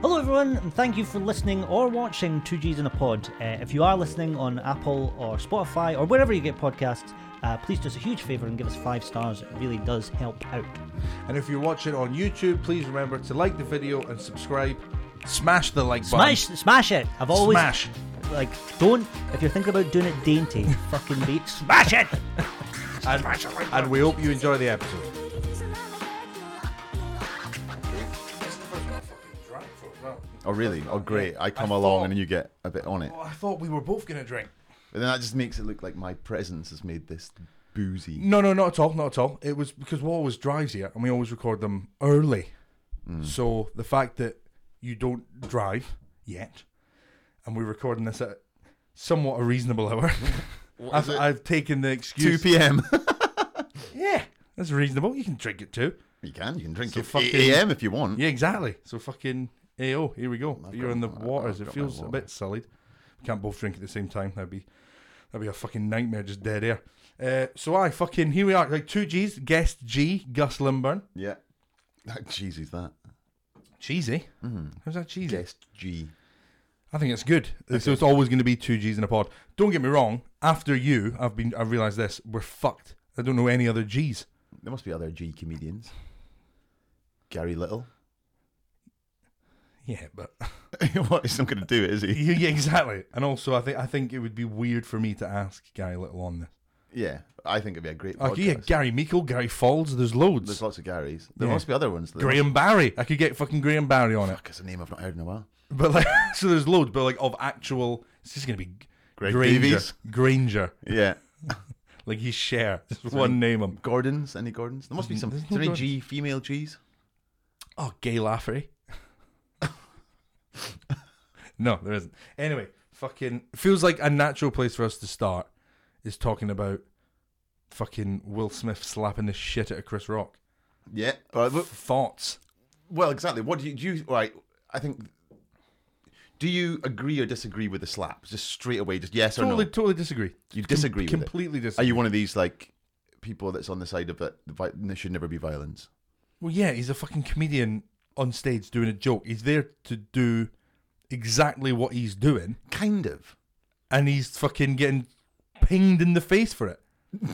Hello, everyone, and thank you for listening or watching 2Gs in a Pod. Uh, if you are listening on Apple or Spotify or wherever you get podcasts, uh, please do us a huge favour and give us five stars. It really does help out. And if you're watching on YouTube, please remember to like the video and subscribe. Smash the like Smash, smash it! I've button. always Smash. like don't. If you're thinking about doing it dainty, fucking be smash it. And, and we hope you enjoy the episode. Oh really? Oh great! I come I along thought- and you get a bit on it, I thought we were both gonna drink. but then that just makes it look like my presence has made this boozy. No, no, not at all, not at all. It was because we always drives here and we always record them early. Mm. So the fact that you don't drive yet, and we're recording this at somewhat a reasonable hour, I've, is it? I've taken the Two excuse. p.m. yeah, that's reasonable. You can drink it too. you can you can drink So it fucking- eight a.m. if you want. Yeah, exactly. So fucking AO, here we go. I've You're got- in the I've- waters. I've It got my feels a water. bit sullied. We can't both drink at the same time. That'd be that'd be a fucking nightmare, just dead air. Uh, so I fucking here we are, like two G's, guest G, Gus Limburn. Yeah. Jeez, who's that? Cheesy. How's that cheesy? Mm-hmm. Guest G. I think it's good. So it's always going to be two G's in a pod. Don't get me wrong. After you, I've been I've realised this. We're fucked. I don't know any other G's. There must be other G comedians. Gary Little. Yeah, but what? He's not going to do it, is he? yeah, yeah, exactly. And also, I think I think it would be weird for me to ask Gary Little on this. Yeah, I think it'd be a great podcast. Like, Oh, yeah, Gary Meikle, Gary Falls, there's loads. There's lots of Garys. There Yeah. must be other ones. There Graham Barry. I could get fucking Graham Barry on it. Must... That's a name I've not heard in a while. But like so there's loads, but like of actual it's just gonna be Greg Granger. Davies. Granger. Yeah. Like he's share. Just one name him. Gordons? Any Gordons? There must be some. Mm-hmm. There's no Is there any Gordons. G female Gs? Oh, Gay Lafferty. no, there isn't. Anyway, fucking feels like a natural place for us to start is talking about fucking Will Smith slapping the shit out of Chris Rock. Yeah. Well, look- Thoughts. Well, exactly. What do you do? You, right, I think. Do you agree or disagree with the slap? Just straight away, just yes or Totally, no. totally disagree. You disagree with it. completely disagree. Are you one of these like people that's on the side of it? the vi- There should never be violence. Well, yeah, he's a fucking comedian on stage doing a joke. He's there to do exactly what he's doing, Kind of. and he's fucking getting pinged in the face for it.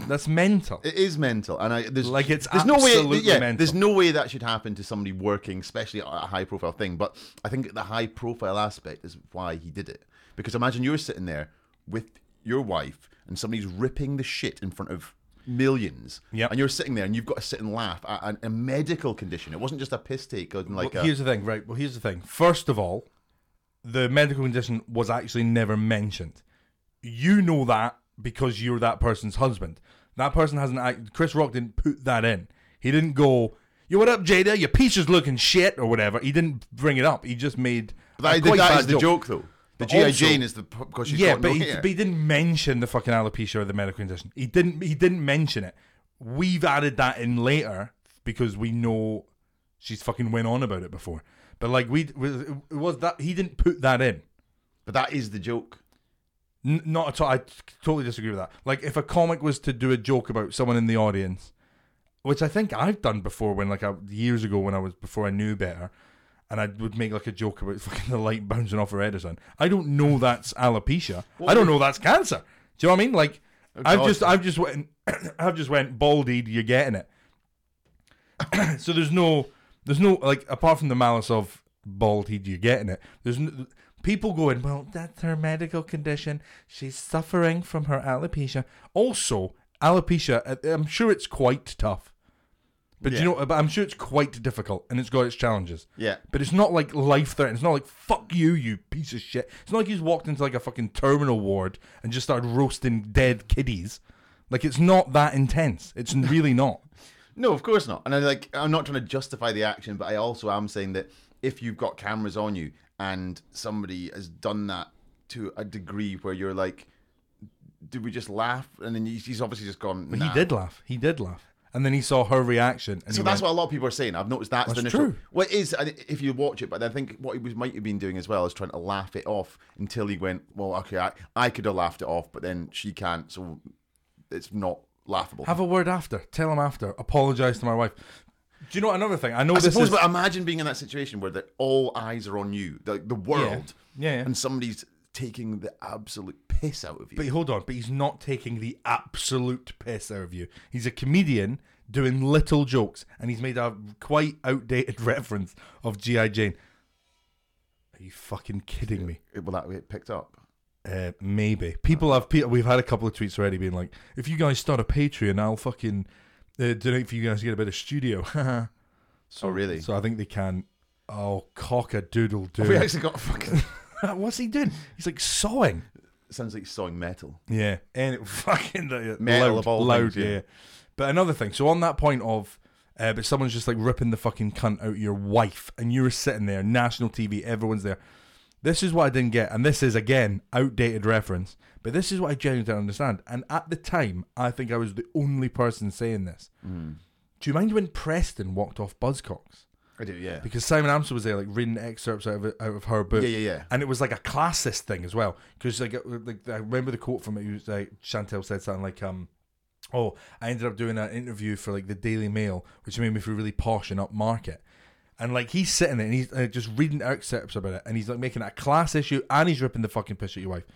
That's mental. It is mental, and I there's Like, it's there's no way. absolutely Yeah, mental. there's no way that should happen to somebody working, especially at a high profile thing. But I think the high profile aspect is why he did it. Because imagine you're sitting there with your wife, and somebody's ripping the shit in front of millions, Yep. and you're sitting there, and you've got to sit and laugh at an- a, medical condition. It wasn't just a piss take, and like uh, Well, a, here's the thing, right? Well, here's the thing. First of all, the medical condition was actually never mentioned. You know that because you're that person's husband. That person hasn't. act- Chris Rock didn't put that in. He didn't go. Yo, what up, Jada? Your peaches looking shit or whatever. He didn't bring it up. He just made. that, a quite that bad is the joke, though. The But GI also- Jane is the because she's yeah, got but, no he, hair. but he didn't mention the fucking alopecia or the medical condition. He didn't. He didn't mention it. We've added that in later because we know she's fucking went on about it before. But like we it was- it was that he didn't put that in. but that is the joke. N- not at all. I t- totally disagree with that. Like if a comic was to do a joke about someone in the audience, which I think I've done before when like I, years ago when I was before I knew better. And I would make like a joke about fucking the light bouncing off her head or something. I don't know that's alopecia. I don't know that's cancer. Do you know what I mean? Like I've God. just I've just went I've just went baldied. You're getting it. so there's no there's no like apart from the malice of baldied. You're getting it. There's no, people going well. That's her medical condition. She's suffering from her alopecia. Also alopecia. uh, I'm sure it's quite tough. But do you know, but I'm sure it's quite difficult and it's got its challenges. Yeah. But it's not like life threatening. It's not like fuck you, you piece of shit. It's not like he's walked into like a fucking terminal ward and just started roasting dead kiddies. Like it's not that intense. It's really not. No, of course not. And I like I'm not trying to justify the action, but I also am saying that if you've got cameras on you and somebody has done that to a degree where you're like, did we just laugh? And then he's obviously just gone. But nah. he did laugh. He did laugh. And then he saw her reaction. And So he that's went, what a lot of people are saying. I've noticed that's, the That's initial. true. Well, it is and if you watch it, but I think what he was might have been doing as well is trying to laugh it off until he went, well, okay, I, I could have laughed it off, but then she can't, so it's not laughable. have a word after. Tell him after. Apologize to my wife. you know another thing? I know I this suppose, is but imagine being in that situation where that all eyes are on you, like the world, Yeah, yeah. and somebody's taking the absolute piss out of you. But hold on, but he's not taking the absolute piss out of you. He's a comedian doing little jokes, and he's made a quite outdated reference of G.I. Jane. Are you fucking kidding me? Will that get picked up? Uh, maybe people have. pe- We've had a couple of tweets already being like, "If you guys start a Patreon, I'll fucking uh, donate for you guys to get a bit of studio." oh, really? so I think they can. Oh, cock a doodle Have we doo. actually got fucking? What's he doing? He's like sawing. sounds like sawing metal. Yeah, and it fucking the, Metal loud, of all loud, things, yeah. yeah. But another thing, so on that point of, uh, but someone's just like ripping the fucking cunt out of your wife, and you were sitting there, national TV, everyone's there. This is what I didn't get, and this is again outdated reference, but this is what I genuinely don't understand. And at the time, I think I was the only person saying this. Mm. Do you mind when Preston walked off Buzzcocks? I do, yeah. Because Simon Amstel was there, like reading excerpts out of out of her book. Yeah, yeah, yeah. And it was like a classist thing as well, because like, it- like I remember the quote from it. It was like Chantel said something like, "Um, oh, I ended up doing an interview for like the Daily Mail, which made me feel really posh and upmarket." And like he's sitting there and he's uh, just reading excerpts about it, and he's like making it a class issue, and he's ripping the fucking piss at your wife.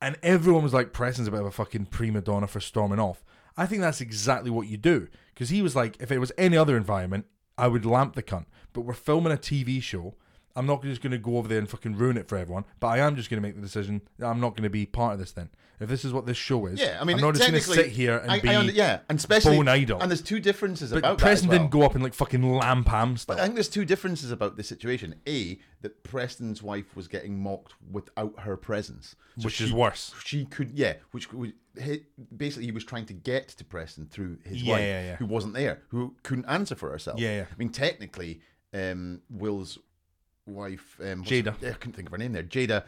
And everyone was like, Preston's a bit of a fucking prima donna for storming off. I think that's exactly what you do. Because he was like, if it was any other environment, I would lamp the cunt. But we're filming a TV show. I'm not just going to go over there and fucking ruin it for everyone. But I am just going to make the decision that I'm not going to be part of this then. If this is what this show is, Yeah, I mean, I'm not just going to technically, sit here and I, be. I under- yeah, and especially bone idol. And there's two differences But about that. as Preston well. didn't go up and like fucking lamp ham stuff. But I think there's two differences about this situation. A, that Preston's wife was getting mocked without her presence, So Which is worse. She could, yeah. Which would he- basically he was trying to get to Preston through his Yeah, wife, yeah, yeah. who wasn't there, who couldn't answer for herself. Yeah, yeah. I mean, technically, um, Will's wife, um, what's- Jada. I couldn't think of her name there. Jada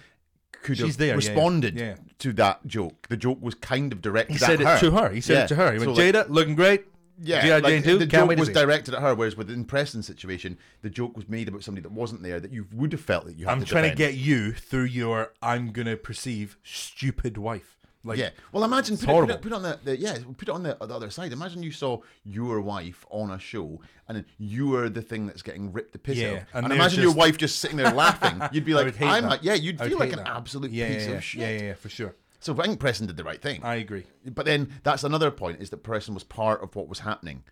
could She's have there, yeah, yeah. responded Yeah. to that joke. The joke was kind of directed. he said at her. it to her. He said Yeah. it to her. He So, went, like, Jada, looking great. yeah, G.I. like, Jane too. the Can't joke wait to was see it." directed at her, whereas with the Preston's situation, the joke was made about somebody that wasn't there that you would have felt that you. Had I'm to trying defend. to get you through your I'm gonna perceive stupid wife. Like Yeah, well, imagine put it, put horrible. it put it on the, the yeah put it on the, the other side. Imagine you saw your wife on a show, and then you were the thing that's getting ripped to piss Yeah, out. and And, they're imagine your just- wife just sitting there laughing. You'd be I like, would hate I'm that. a, yeah. You'd I would feel like hate an that. absolute yeah, piece yeah, yeah, of shit. Yeah, yeah, yeah, for sure. So I think Preston did the right thing. I agree. but then that's another point: is that Preston was part of what was happening.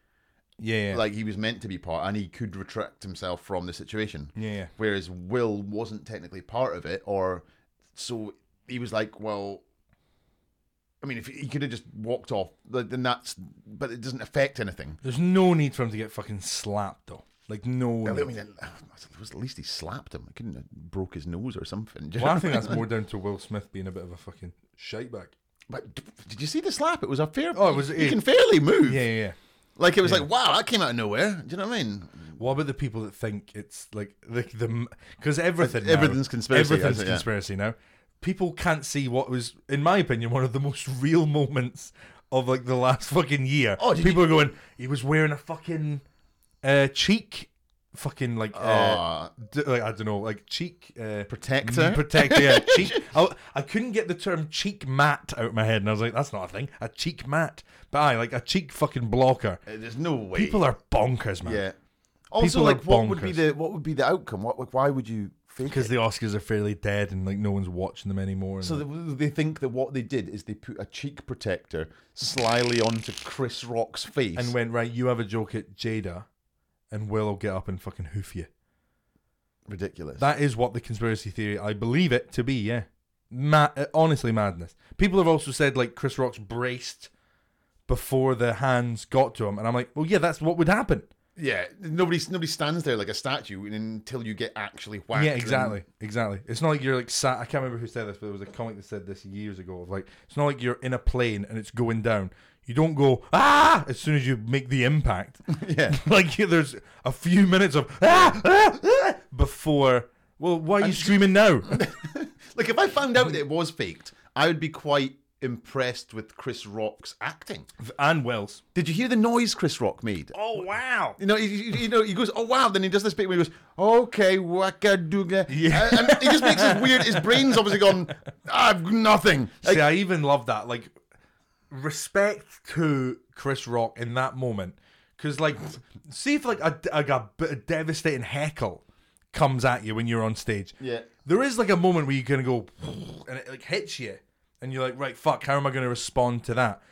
Yeah, yeah. Like he was meant to be part, and he could retract himself from the situation. Yeah, yeah. Whereas Will wasn't technically part of it, or so he was like, well, I mean, if he could have just walked off, like, then that's, but it doesn't affect anything. There's no need for him to get fucking slapped though. Like no. I need. mean, then- I suppose at least he slapped him. He couldn't have broke his nose or something. Do you well, I know think what that's more down to Will Smith being a bit of a fucking shitebag. I mean? But did you see the slap? It was a fair. Oh, it was- He it- can fairly move. Yeah, yeah, yeah. Like it was like, wow, that came out of nowhere. Do you know what I mean? What about the people that think it's like like the because everything now- Everything's conspiracy, Everything's isn't it? Yeah. conspiracy now. People can't see what was, in my opinion, one of the most real moments of like the last fucking year. Oh, did people are going. He was wearing a fucking uh, cheek, fucking like, uh, Uh, d- like I don't know, like cheek uh, Protector? protector. Yeah, cheek. I, I couldn't get the term cheek mat out of my head, and I was like, that's not a thing. A cheek mat, but I like a cheek fucking blocker. there's no way. People are bonkers, man. yeah. Also, are like, what would be bonkers. the what would be the outcome? What like, why would you fake it? because the Oscars are fairly dead and like no one's watching them anymore. And, So like, they, they think that what they did is they put a cheek protector slyly onto Chris Rock's face. and went right, you have a joke at Jada, and Will will get up and fucking hoof you. ridiculous. That is what the conspiracy theory I believe it to be. Yeah, Ma- uh, honestly, madness. People have also said like Chris Rock's braced before the hands got to him, and I'm like, well, yeah, that's what would happen. yeah, nobody nobody stands there like a statue until you get actually whacked. Yeah, exactly, exactly. It's not like you're like sat. I can't remember who said this, but there was a comic that said this years ago. Of like, it's not like you're in a plane and it's going down. You don't go ah as soon as you make the impact. yeah. like yeah, there's a few minutes of ah, ah, ah before. Well, why are you screaming now? Like if I found out that it was faked, I would be quite impressed with Chris Rock's acting. and Wells. Did you hear the noise Chris Rock made? Oh wow! You know, he, he- you know, he goes, oh wow. Then he does this bit where he goes, okay, wakaduga. Yeah. Uh, and he just makes this weird. His brain's obviously gone. I've nothing. See, I even love that. Like respect to Chris Rock in that moment Because like, see if like a, like a, bit of devastating heckle comes at you when you're on stage. Yeah. There is like a moment where you kind of go, and it like hits you, and you're like, right, fuck, how am I going to respond to that?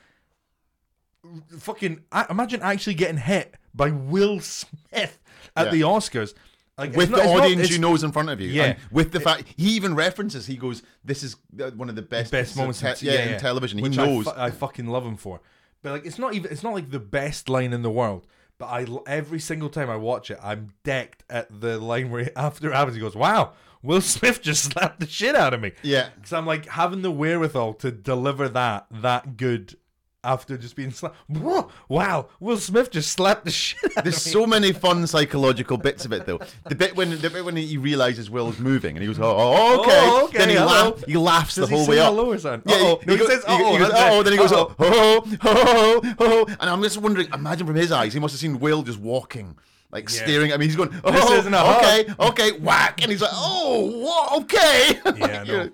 Fucking, I, imagine actually getting hit by Will Smith at Yeah. the Oscars. Like, it's with not- the it's not- audience it's- you know's in front of you. Yeah. And with the fact he even references, he goes, "This is uh, one of the best best moments te- in, yeah, in television." He which I knows. fu- I, fucking love him for. But like, it's not even. It's not like the best line in the world. But I l- every single time I watch it, I'm decked at the line where he- after it happens, he goes, "Wow, Will Smith just slapped the shit out of me." Yeah. because I'm like having the wherewithal to deliver that that good after just being slapped. Whoa, wow, Will Smith just slapped the shit out There's of me. so many fun psychological bits of it, though. The bit when the bit when he realizes Will's moving and he goes, "Oh, oh, okay." Oh, okay, Then he, hello. laugh, he laughs Does the he whole say way up. hello or something? Yeah, he- Uh-oh. No, he says, he "Uh-oh," goes, that's it. "Uh-oh," Then he goes, Uh-oh. "Oh, oh, oh, oh," and I'm just wondering. Imagine from his eyes, he must have seen Will just walking. Like Yeah. staring at me, he's going, "Oh, isn't a hug." okay, okay, whack," and he's like, "Oh, wha- okay." Yeah, I know. You're-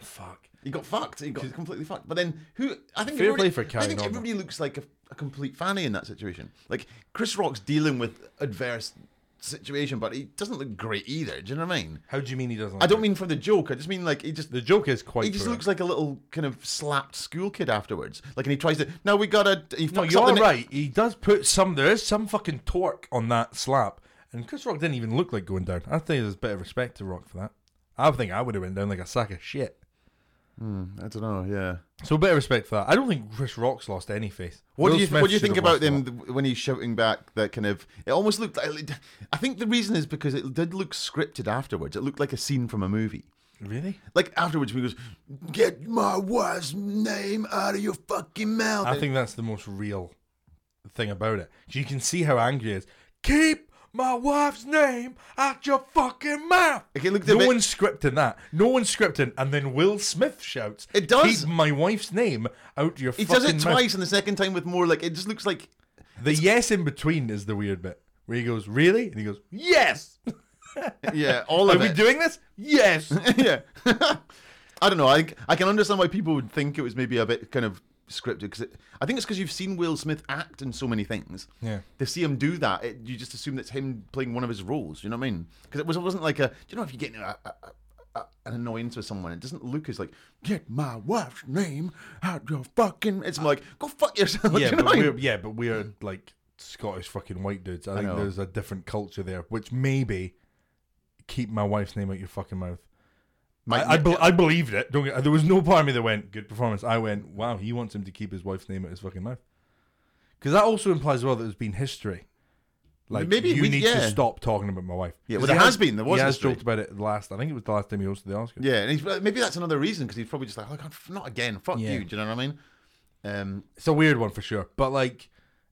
Fuck. He got fucked. He got completely fucked. But then who? I think Fair everybody, play for I carrying think on, though. everybody looks like a, a complete fanny in that situation. Like Chris Rock's dealing with adverse situation, but he doesn't look great either. Do you know what I mean? How do you mean he doesn't? I like don't it? mean from the joke. I just mean like he just the joke is quite. he just correct. looks like a little kind of slapped school kid afterwards. Like and he tries to now we gotta. He No, fucks you up are the ne- right. He does put some. There is some fucking torque on that slap, and Chris Rock didn't even look like going down. I think there's a bit of respect to Rock for that. I think I would have went down like a sack of shit. I don't know. Yeah. So a bit of respect for that. I don't think Chris Rock's lost any faith. What Will do you Smith what do you should think have about lost a lot. them th- when he's shouting back? That kind of it almost looked. like I think the reason is because it did look scripted afterwards. It looked like a scene from a movie. Really? Like afterwards, when he goes, "Get my wife's name out of your fucking mouth." I think that's the most real thing about it. You can see how angry he is. Keep my wife's name out your fucking mouth. Okay, look, the no bit- one's scripting that. No one's scripting, and then Will Smith shouts, It does. Keep my wife's name out your he fucking does it mouth." twice, and the second time with more like it just looks like The yes in between is the weird bit where he goes, "Really?" and he goes, "Yes." yeah, all Are of we it. doing this? Yes. yeah, I don't know. I I can understand why people would think it was maybe a bit kind of scripted because I think it's because you've seen Will Smith act in so many things. Yeah. to see him do that, it, you just assume that's him playing one of his roles. You know what I mean? Because it was it wasn't like a. Do you know if you get into a, a, a, a- an annoyance with someone, it doesn't look as like get my wife's name out your fucking. It's like go fuck yourself. yeah, you know but what I mean? we're, yeah, but we're like Scottish fucking white dudes. I think know. there's a different culture there, which maybe keep my wife's name out your fucking mouth. Mike, I I, bel I believed it. Don't get, there was no part of me that went good performance. I went, wow, he wants him to keep his wife's name out his fucking mouth. Because that also implies as well that there's been history. Like Maybe maybe you we- need to yeah. stop talking about my wife. Yeah, well, 'Cause there he has been, there was he has history. joked about it last. I think it was the last time he hosted the Oscars. yeah, and he's, uh, maybe that's another reason because he's probably just like, oh, God, not again. Fuck Yeah. you. Do you know what I mean? Um, it's a weird one for sure. But like,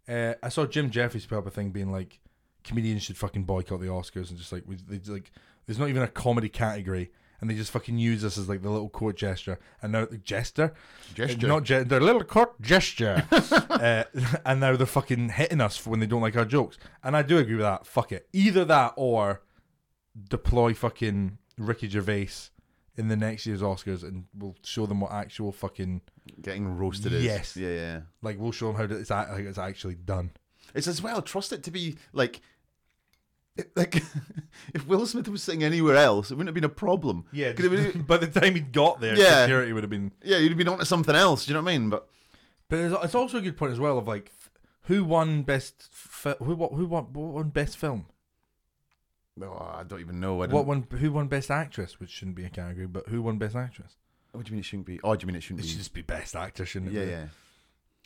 uh, I saw Jim Jeffries put up a thing being like, comedians should fucking boycott the Oscars and just like, we, they, like, there's not even a comedy category, and they just fucking use us as like the little court gesture and now jester, Gesture. Uh, not ge- their little court gesture, uh, and now they're fucking hitting us for when they don't like our jokes. And I do agree with that. Fuck it, either that or deploy fucking Ricky Gervais. In the next year's Oscars, and we'll show them what actual fucking getting roasted is Yes. yeah, yeah. like we'll show them how it's act- like it's actually done. It's as well. Trust it to be like, it- like if Will Smith was sitting anywhere else, it wouldn't have been a problem. Yeah, 'Cause it would- by the time he got there, Yeah. security would have been. yeah, you'd have been onto something else. Do you know what I mean? But But it's it's also a good point as well of like, f- who won best? Fi- who what? Who won, what won best film? oh, I don't even know. I don't, What won? Who won best actress? Which shouldn't be a category, but who won best actress? what do you mean it shouldn't be? Oh, do you mean it It shouldn't should be? just be best actor, shouldn't it? Yeah, be? yeah.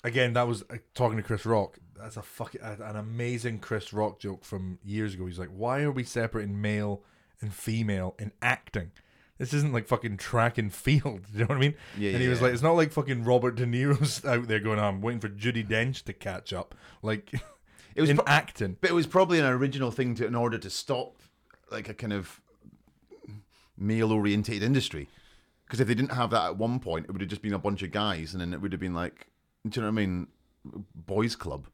Again, that was uh, talking to Chris Rock. That's a fucking a- an amazing Chris Rock joke from years ago. He's like, "Why are we separating male and female in acting? This isn't like fucking track and field." You know what I mean? Yeah, And he yeah, was yeah. like, "It's not like fucking Robert De Niro's out there going, I'm waiting for Judy Dench to catch up." Like, it was was in pro- acting. But it was probably an original thing to in order to stop like a kind of male orientated industry. Because if they didn't have that at one point, it would have just been a bunch of guys, and then it would have been like, do you know what I mean? Boys' club.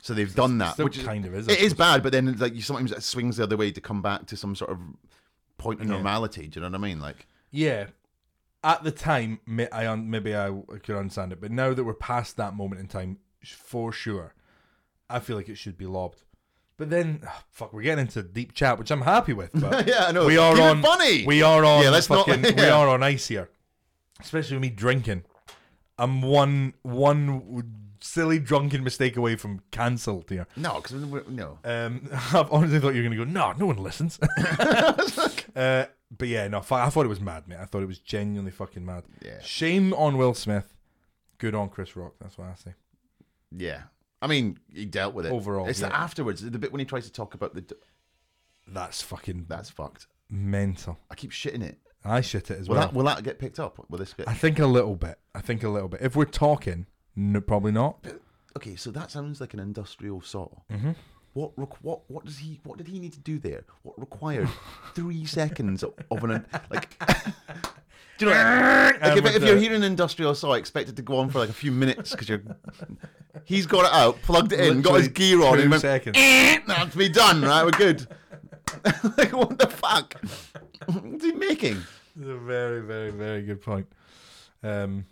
So they've done that, still which is- kind of is, I It is bad, but then it's like you sometimes it swings the other way to come back to some sort of point of normality. Do you know what I mean? Like, Yeah. At the time, may, I un- maybe I w- could understand it, but now that we're past that moment in time, sh- for sure, I feel like it should be lobbed. But then, ah, fuck, we're getting into deep chat, which I'm happy with. But Yeah, I know. We are Keep it on funny. We are on. Yeah, let's not- fucking, We yeah. are on ice here, especially with me drinking. I'm one one silly drunken mistake away from cancelled here. No, because no. Um, I've honestly thought you were going to go, no, no one listens. uh, but yeah, no, fu- I thought it was mad, mate. I thought it was genuinely fucking mad. Yeah. Shame on Will Smith. Good on Chris Rock. That's what I say. Yeah. I mean, he dealt with it. Overall, It's the yeah. afterwards, the bit when he tries to talk about the. d- That's fucking That's fucked. mental. I keep shitting it. I shit it as Will, well. that, will that get picked up? Will this get. I think a little bit. I think a little bit. If we're talking, no, probably not. Okay, so that sounds like an industrial saw. Mm-hmm. What, requ- what what does he what did he need to do there? What required three seconds of an like? do you know? What, like if, with if you're the- hearing an industrial saw, expect it to go on for like a few minutes because you're. He's got it out, plugged it in, got his Literally gear on, two and went. "Eh." seconds. That's me done. Right, we're good. like what the fuck? What's he making? It's a very, very, very good point. Um,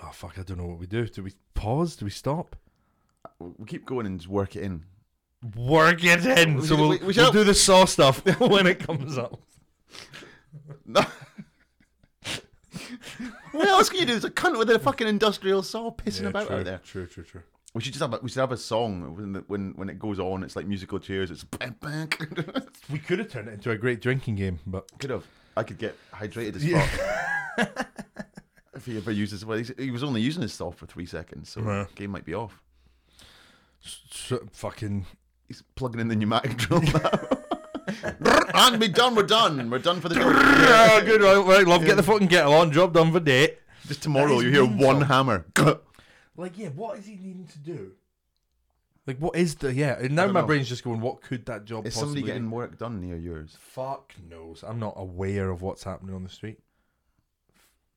oh fuck! I don't know what we do. Do we pause? Do we stop? We keep going and just work it in. Work it in. We so should- we'll, we- we we, should- will do the saw stuff when it comes up. what else can you do? There's a cunt with a fucking industrial saw pissing about true, out there. True, true, true. We should just have a, we should have a song when the, when when it goes on. It's like musical chairs. It's bang, bang. We could have turned it into a great drinking game, but could have. I could get hydrated as fuck Yeah. if he ever uses. Well, he's- he was only using his saw for three seconds, so Yeah. game might be off. so, fucking He's plugging in the pneumatic drill now. and be done. We're done. We're done for the day. yeah, good right, right, love. Get the fucking kettle on. Job done for date. Just tomorrow, is you hear mental. one hammer. Like, yeah, what is he needing to do? Like, what is the yeah? And now don't my know. brain's just going, what could that job? Is possibly somebody be? getting work done near yours? Fuck knows. I'm not aware of what's happening on the street.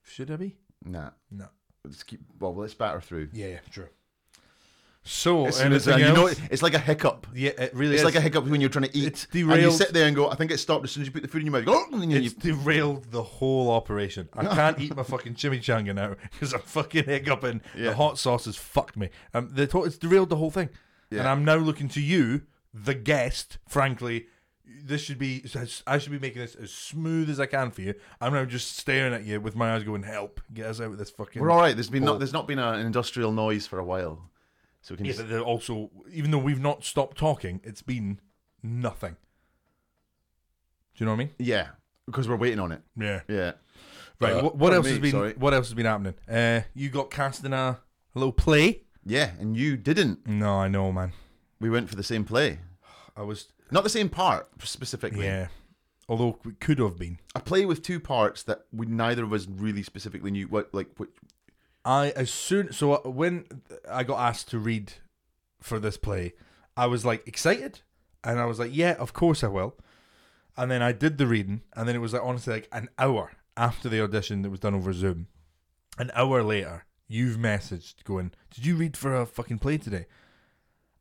Should I be? Nah. No. Let's keep. Well, let's batter through. Yeah, yeah, true. So, As soon as, uh, anything you know, else? it's like a hiccup. yeah, it really It's is. like a hiccup when you're trying to eat. It's And you derailed. sit there and go, I think it stopped as soon as you put the food in your mouth. You go, "Oh," and then you, it's derailed the whole operation. I can't eat my fucking chimichanga now because I'm fucking hiccuping. Yeah. The hot sauce has fucked me. Um, the to- it's derailed the whole thing, and Yeah. I'm now looking to you, the guest. Frankly, this should be. I should be making this as smooth as I can for you. I'm now just staring at you with my eyes going, "Help! Get us out of this fucking." we're all right. There's been Well- not, there's not been a- an industrial noise for a while, so we can Yeah, just but they're also, even though we've not stopped talking, it's been nothing. Do you know what I mean? yeah, because we're waiting on it. Yeah. Yeah, Right. Uh, what what pardon else me, has been? sorry. What else has been happening? Uh, you got cast in a, a little play. yeah, and you didn't. No, I know, man. We went for the same play, I was. not the same part specifically. Yeah. Although it could have been. A play with two parts that we neither of us really specifically knew what like what, I as soon so uh, when I got asked to read for this play, I was like excited, and I was like, yeah, of course I will. And then I did the reading, and then it was like honestly like an hour after the audition that was done over Zoom. An hour later, you've messaged going, "Did you read for a fucking play today?"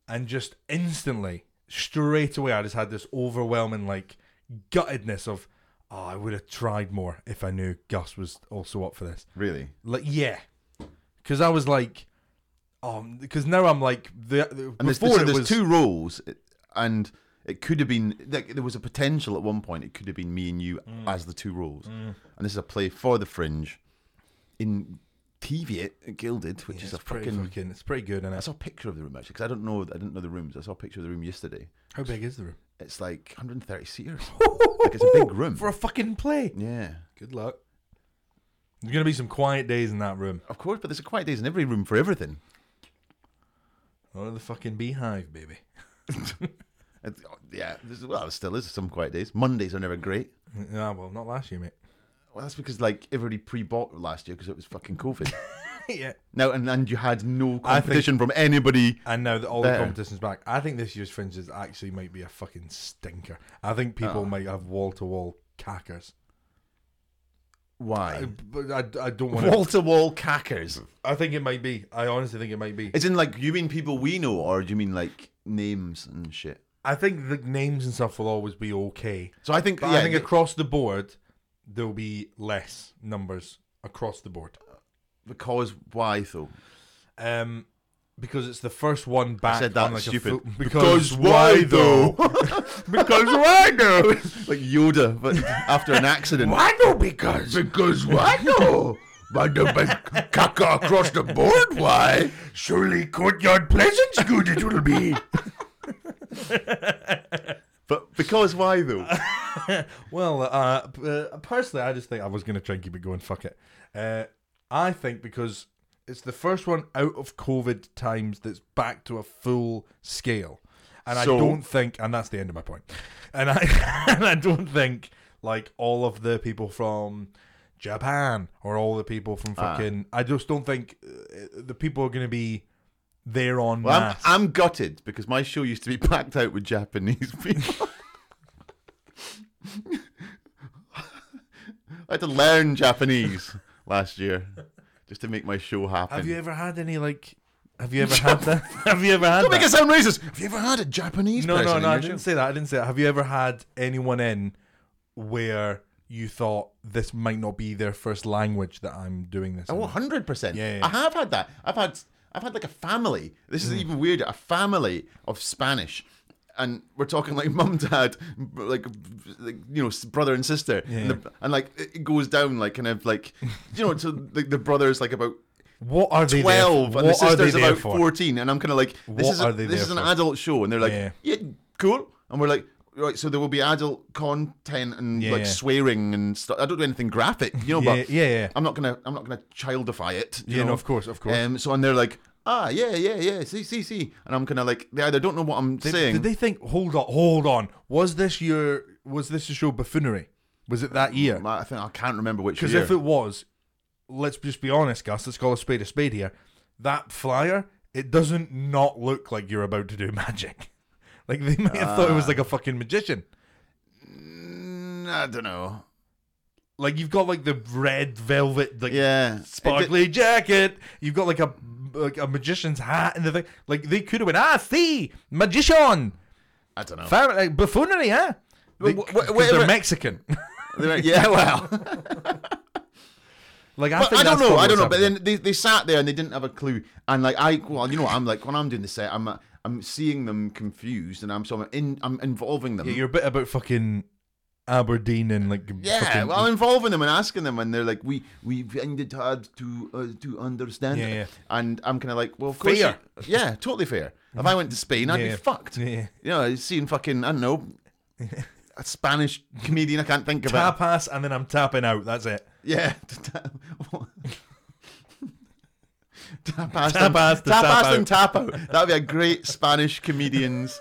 And just instantly, straight away, I just had this overwhelming like guttedness of, "Oh, I would have tried more if I knew Gus was also up for this." really. Like yeah, because I was like, um, because now I'm like the, the And there's, before so it there's was two roles, it- and it could have been like, there was a potential at one point. It could have been me and you Mm. as the two roles, and this is a play for the Fringe in Teviot, Gilded, which is a It's pretty fucking. fucking- It's pretty good, and I saw a picture of the room actually because I don't know. I didn't know the rooms. I saw a picture of the room yesterday. how big is the room? It's like 130 seaters. like it's a big room. for a fucking play. yeah, Good luck. There's gonna be some quiet days in that room. of course. But there's a quiet days in every room for everything. Oh, the fucking beehive, baby. It- yeah, there's, well, there still is some quiet days. Mondays are never great. Ah, well, not last year, mate. Well, that's because like everybody pre-bought last year because it was fucking COVID. yeah. No, and, and you had no I think- competition from anybody. And now that all Better. the competition's back, I think this year's fringes actually might be a fucking stinker. I think people might have wall to wall cackers. I, Why? but I, I don't want Wall to wall cackers. I think it might be. I honestly think it might be. It's in like you mean people we know, or do you mean like names and shit? I think the names and stuff will always be okay. So I think But yeah, I think across the board, there'll be less numbers across the board. because why though? Um, because it's the first one back. I said that on, like, a stupid. full- because, why though? because why though? like Yoda, but after an accident. though? Because Because why no? By the back caca across the board, why? Surely courtyard pleasant's good it will be. But because why though? Well, uh, p- uh, personally, I just think I was going to try and keep it going. Fuck it. Uh, I think because it's the first one out of COVID times that's back to a full scale, and So- I don't think, and that's the end of my point. And I and I don't think like all of the people from Japan or all the people from Ah. fucking. I just don't think uh, the people are going to be there on Well, I'm, mass. I'm gutted because my show used to be packed out with Japanese people. I had to learn Japanese last year just to make my show happen. have you ever had any like? Have you ever had that? Have you ever had? Don't that? make it sound racist. Have you ever had a Japanese No, person no, in no. I your didn't show? say that. I didn't say that. Have you ever had anyone in where you thought this might not be their first language that I'm doing this? in? Oh, 100%. Yeah, yeah, Mm. yeah. I have had that. I've had I've had like a family. This is even weirder. A family of Spanish. And we're talking like mum, dad, like, like you know, s- brother and sister, and, the, and like it goes down like kind of like, you know, so like the brother's like about What are they? twelve, there? and the What are they sister's there about for? fourteen, and I'm kind of like, this What is are a, they this there is an for? adult show, and they're like, Yeah. yeah, cool, and we're like, right, so there will be adult content and Yeah, like yeah. swearing and stuff. I don't do anything graphic, you know, Yeah, but yeah, yeah. I'm not gonna I'm not gonna childify it. You Yeah, know? no, of course, of course. Um, so and they're like, ah, yeah, yeah, yeah, see, see, see, and I'm kind of like, they either don't know what I'm Did, saying. did they think? Hold on, hold on. Was this your? Was this the show buffoonery? Was it that year? I think I can't remember which Because year. if it was, let's just be honest, Gus. Let's call a spade a spade here. That flyer, it doesn't not look like you're about to do magic. Like they might have thought it Ah. was like a fucking magician. Mm, I don't know. Like you've got like the red velvet, like Yeah, sparkly jacket. You've got like a like a magician's hat and the thing. Like they could have went ah see magician, I don't know. Fam- like, buffoonery, huh? They, Oh. wh- wh- 'cause whatever- they're Mexican. They're- yeah, well. like I, But think I don't that's know. probably I what's don't know. But happening. then they, they sat there and they didn't have a clue. And like I, well, you know what? I'm like when I'm doing the set, I'm uh, I'm seeing them confused, and I'm so I'm in I'm involving them. yeah, you're a bit about fucking Aberdeen and like Yeah, fucking- well, I'm involving them and asking them, and they're like, "We we find it hard to uh, to understand." Yeah, yeah. And I'm kind of like, "Well, of course, Fair. you- yeah, totally fair. If I went to Spain, I'd Yeah. be fucked. Yeah. You know, seeing fucking I don't know a Spanish comedian I can't think of it. tapas and then I'm tapping out. That's it. Yeah. Tapas Tapas, to and, tap tapas and tap out. That would be a great Spanish comedian's.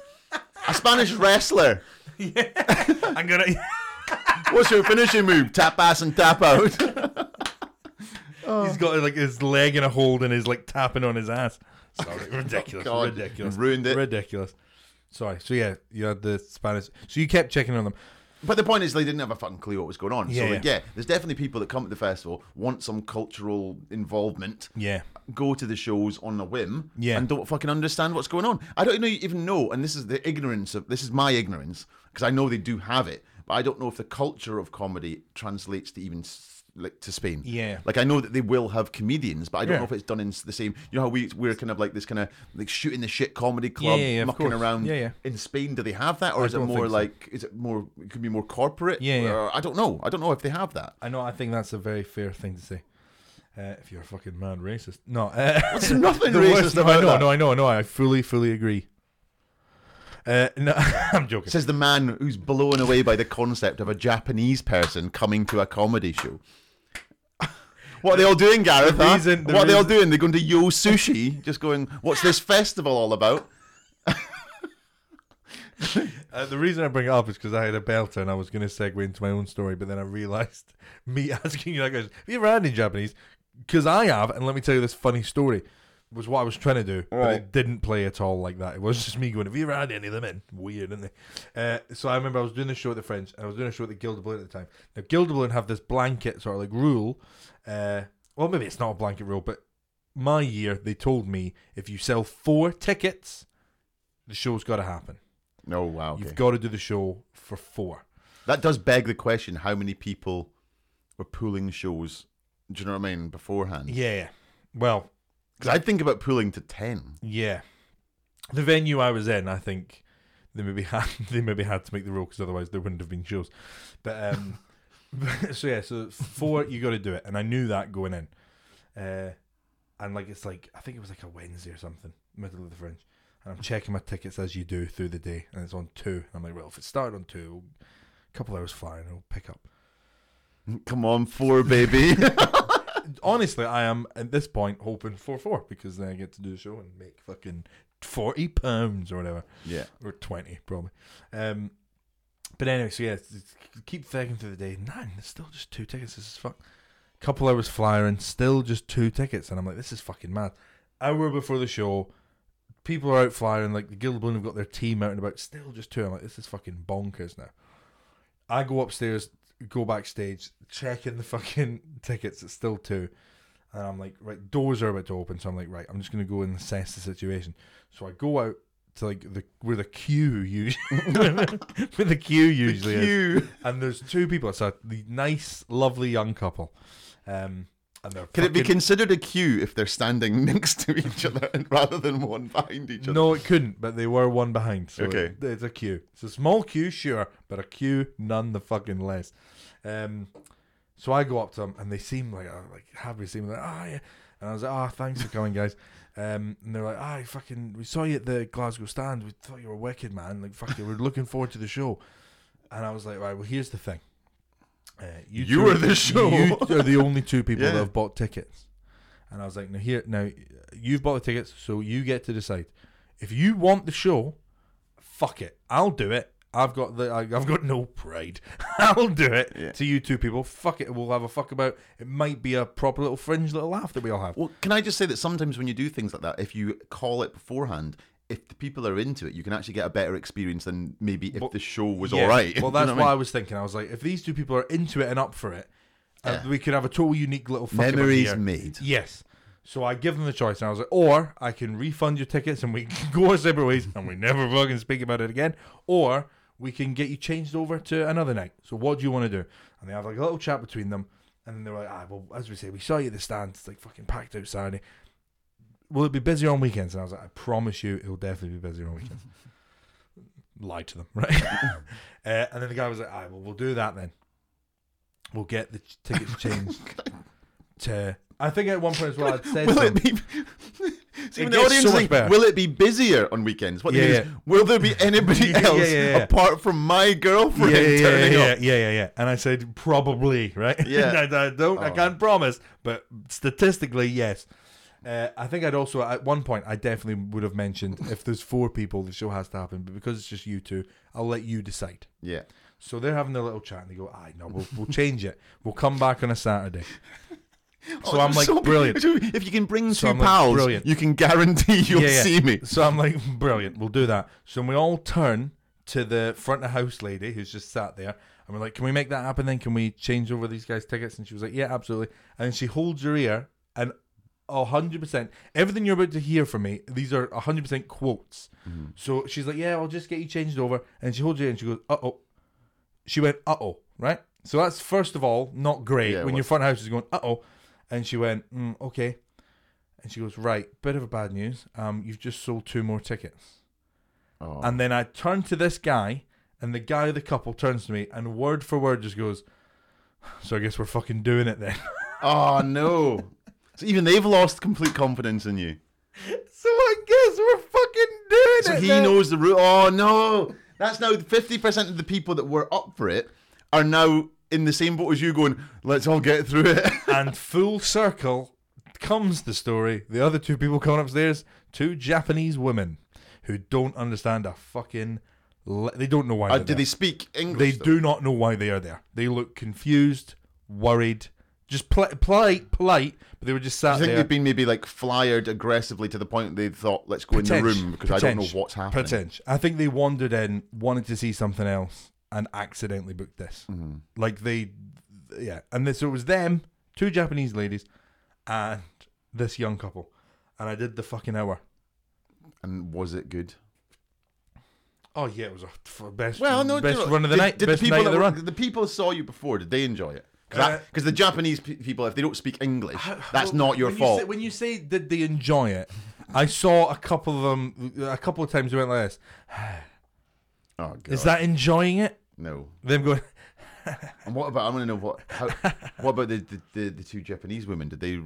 A Spanish wrestler. I'm gonna. What's your finishing move? Tapas and tap out. Oh. He's got like his leg in a hold and is like tapping on his ass. Sorry, ridiculous, Oh, God, ridiculous, you ruined it. ridiculous. Sorry. So yeah, you had the Spanish. So you kept checking on them. But the point is, they didn't have a fucking clue what was going on. Yeah, so, like, yeah, there's definitely people that come to the festival, want some cultural involvement, Yeah. go to the shows on a whim Yeah. and don't fucking understand what's going on. I don't know, even know, and this is the ignorance of this is my ignorance because I know they do have it, but I don't know if the culture of comedy translates to even s- like to Spain. Yeah. like I know that they will have comedians, but I don't Yeah. know if it's done in s- the same. You know how we we're kind of like this kind of like shooting the shit comedy club, Yeah, yeah, yeah, of mucking course. around. Yeah, yeah. In Spain, do they have that, or is it don't more think so. like is it more it could be more corporate? Yeah, yeah. Or- I don't know. I don't know if they have that. I know. I think that's a very fair thing to say. Uh, if you're a fucking mad racist, no. Uh, There's nothing the racist worst- no, I about know, that. no, I know, I know. I fully, fully agree. Uh, no, I'm joking. Says the man who's blown away by the concept of a Japanese person coming to a comedy show. What are they all doing, Gareth? huh? reason- the what are they all reason- doing? They're going to Yo Sushi, just going, what's this festival all about? Uh, the reason I bring it up is because I had a belter and I was going to segue into my own story, but then I realized me asking you that question, have you ever had any Japanese? Because I have, and let me tell you this funny story, was what I was trying to do, but it didn't play at all like that. It was just me going, have you ever had any of them in? Weird, isn't it? Uh, so I remember I was doing the show at the French, and I was doing a show at the Gilded Balloon at the time. Now, Gilded Balloon have this blanket sort of like rule. Uh, well, maybe it's not a blanket rule, but my year, they told me if you sell four tickets, the show's got to happen. No, wow. okay. You've got to do the show for four. that does beg the question how many people were pooling shows, do you know what I mean, beforehand? Yeah. Well, Because I'd think about pulling to 10. Yeah, the venue I was in, I think they maybe had they maybe had to make the rule because otherwise there wouldn't have been shows. But um, so yeah, so four you got to do it, and I knew that going in. Uh, and like it's like I think it was like a Wednesday or something, middle of the fringe. And I'm checking my tickets as you do through the day, and it's on two. And I'm like, well, if it started on two, a couple hours flying, it'll pick up. Come on, four, baby. honestly, I am at this point hoping for four because then I get to do the show and make fucking forty pounds or whatever, yeah. or twenty probably. Um, but anyway, so yeah, it's- it's- keep thinking through the day. Nine, there's still just two tickets. This is fuck. Couple hours flying, still just two tickets, and I'm like, this is fucking mad. Hour before the show, people are out flying. Like the Guildbloom have got their team out and about, still just two. I'm like, this is fucking bonkers now. I go upstairs, go backstage, check in the fucking tickets. It's still two. And I'm like, right, doors are about to open. So I'm like, right, I'm just going to go and assess the situation. So I go out to like the where the queue usually where the queue usually is. Cue. And there's two people. It's a the nice, lovely young couple. Um, and they're Can it be fucking- considered a queue if they're standing next to each other and rather than one behind each other? No, it couldn't, but they were one behind. So Okay. it- it's a queue. It's a small queue, sure, but a queue none the fucking less. Um, so I go up to them and they seem like uh, like happy, seem like ah yeah, and I was like ah thanks for coming guys, um, and they're like ah fucking we saw you at the Glasgow stand, we thought you were wicked man, like fuck you, we're looking forward to the show, and I was like right well here's the thing, uh, you You two- were the show. you are the only two people Yeah. that have bought tickets. And I was like, now here, now you've bought the tickets, so you get to decide. If you want the show, fuck it, I'll do it. I've got the, I- I've got no pride. I'll do it Yeah. to you two people. Fuck it, we'll have a fuck about. It might be a proper little fringe little laugh that we all have. Well, can I just say that sometimes when you do things like that, if you call it beforehand, if the people are into it, you can actually get a better experience than maybe if Well, the show was Yeah. all Well, right. You know that's what what I was thinking. I was like, if these two people are into it and up for it, uh, we could have a total unique little fuck I mean? about memories here. made. Yes. So I give them the choice, and I was like, or I can refund your tickets and we can go our separate ways and we never fucking speak about it again, or we can get you changed over to another night. So what do you want to do? And they have like a little chat between them, and then they're like, ah, well, as we say, we saw you at the stand, it's like fucking packed out Saturday. Will it be busier on weekends? And I was like, I promise you, it'll definitely be busier on weekends. Lied to them, right? uh, and then the guy was like, ah, well, we'll do that then. We'll get the ch- tickets changed to. I think at one point as well, I'd said Will to it him, be? See, It gets when the so audience much think, better. will it be busier on weekends? What they Yeah, mean is, will there be anybody Yeah, yeah, else yeah, yeah. apart from my girlfriend yeah, yeah, turning yeah, up? yeah, yeah, yeah, yeah. And I said probably, right? Yeah. I, I don't, I Oh. can't promise, but statistically, yes. Uh, I think I'd also at one point I definitely would have mentioned if there's four people, the show has to happen, but because it's just you two, I'll let you decide. Yeah. So they're having their little chat and they go, "I no, we'll, we'll change it. We'll come back on a Saturday." So I'm like, brilliant. Oh, If you can bring So 2 I'm like, pals, brilliant. you can guarantee you'll Yeah, yeah. see me. So I'm like, brilliant, we'll do that. So we all turn to the front of house lady who's just sat there, and we're like, can we make that happen then? Can we change over these guys' tickets? And she was like, yeah, absolutely. And she holds her ear, and 100%, everything you're about to hear from me, these are 100% quotes. Mm-hmm. So she's like, yeah, I'll just get you changed over. And she holds her ear and she goes, uh oh. She went, uh oh, right? So that's first of all not great Yeah, when what- your front of house is going, uh oh. And she went, mm, okay. And she goes, right, bit of a bad news. Um, you've just sold two more tickets. Oh. And then I turn to this guy, and the guy of the couple turns to me, and word for word just goes, so I guess we're fucking doing it then. Oh no. So even they've lost complete confidence in you. so I guess we're fucking doing So it. he then. knows the route. Oh no. That's now 50% of the people that were up for it are now in the same boat as you going, let's all get through it. Uh, and full circle comes the story. The other two people coming upstairs, two Japanese women who don't understand a fucking. Le- they don't know why. Uh, they're do there. they speak They English? though? do not know why they are there. They look confused, worried, just pl- polite, polite, but they were just I sat think there. they've been maybe like flyered aggressively to the point they thought, let's go in the Potential- room because I don't know potential- what's happening. potential. I think they wandered in, wanted to see something else, and accidentally booked this. Mm-hmm. Like they, yeah. And this, so it was them, two Japanese ladies, and this young couple. And I did the fucking hour. And was it good? Oh yeah, it was a f- best. Well, no, best no, run of the did- night. Did best the people night of that the were- run. Uh, The people saw you before. Did they enjoy it? Because the Japanese pe- people, if they don't speak English, Well, that's not your when fault. You say, when you say did they enjoy it, I saw a couple of them. A couple of times they went like this. oh, God. Is that enjoying it? no? Them going. And what about? I want to know what. How, what about the, the, the the two Japanese women? Did they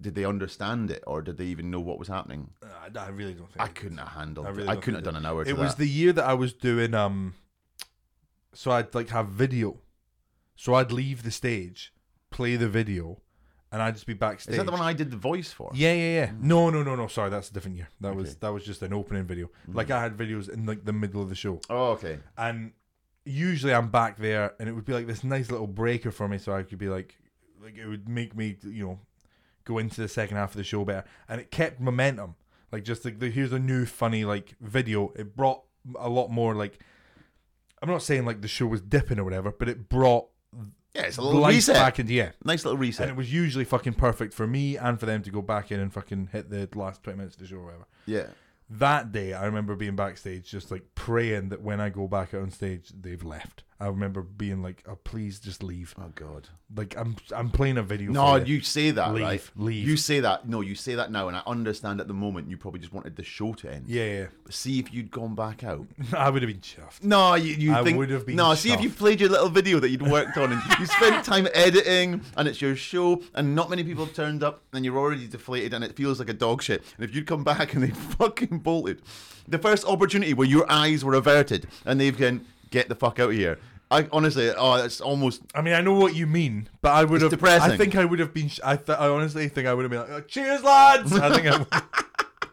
did they understand it, or did they even know what was happening? "Ah, I really don't think. I it- couldn't have handled. I I, really I don't couldn't think have done an hour. To It was that. the year that I was doing. Um, so I'd like have video. So I'd leave the stage, play the video, and I'd just be backstage. Is that the one I Mm. did the voice for? Yeah, yeah, yeah. No, no, no, no. Sorry, that's a different year. That was that was just an opening video. Mm. Like I had videos in like the middle of the show, Oh, okay. and usually I'm back there, and it would be like this nice little breaker for me, so I could be like, like it would make me, you know, go into the second half of the show better, and it kept momentum. Like just like the, here's a new funny like video. It brought a lot more like. I'm not saying like the show was dipping or whatever, but it brought Yeah, it's a little life reset. back into yeah. Nice little And reset. it was usually fucking perfect for me and for them to go back in and fucking hit the last 20 minutes of the show or whatever. yeah. That day, I remember being backstage just like praying that when I go back out on stage, they've left. I remember being like, oh, please just leave. Oh God. Like, I'm I'm playing a video. No, for you say that, Leave, right? leave. You say that. No, you say that now, and I understand at the moment you probably just wanted the show to end. Yeah, See if you'd gone back out. yeah. I would have been chuffed. No, you, you I think would have been no. See if you chuffed. played your little video that you'd worked on, and you spent time editing, and it's your show, and not many people have turned up, and you're already deflated, and it feels like a dog shit. And if you'd come back and they fucking bolted, the first opportunity where your eyes were averted, and they've gone, get the fuck out of here. I honestly, oh, that's almost I mean, I know what you mean, but I would It's have. I depressing. think I would have been. sh- I, th- I honestly think I would have been like, "Oh, cheers, lads. I think I would.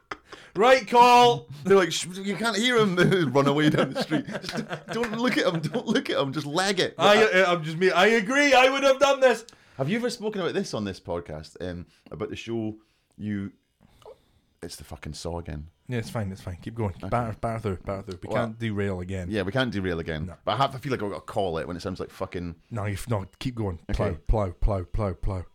right call. They're like, "Shh, you can't hear him. They run away down the street. Just don't look at him. Don't look at him. Just lag it. I, uh, I'm just me. I agree. I would have done this. Have you ever spoken about this on this podcast? Um, about the show you. It's the fucking saw again. Yeah, it's fine. It's fine. Keep going. Batter, batter through. Batter through. We Well- can't derail again. Yeah, we can't derail again. But I have. I feel like I've got to call it when it sounds like fucking. No, you've not. Keep going. Plow, Okay. plow, plow, plow, plow.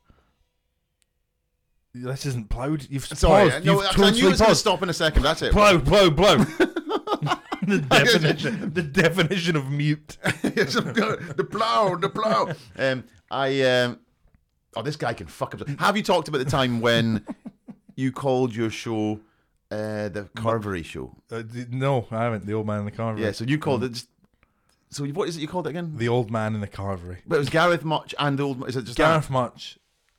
This isn't plowed. You've Sorry, paused. no, you've I, I totally knew it was going to paused. stop in a second. That's it. Plow, plow, plow. the definition. the definition of mute. Uh, Yes, I'm good. the plow, the plow. Um, I um, oh, this guy can fuck up. Have you talked about the time when you called your show uh, the Carvery Show? Uh, d- no, I haven't. The old man in the carvery. Yeah, so you called it. So what is it you called it again? The old man in the carvery. But it was Gareth Much and the old. Is it just that? Gareth Much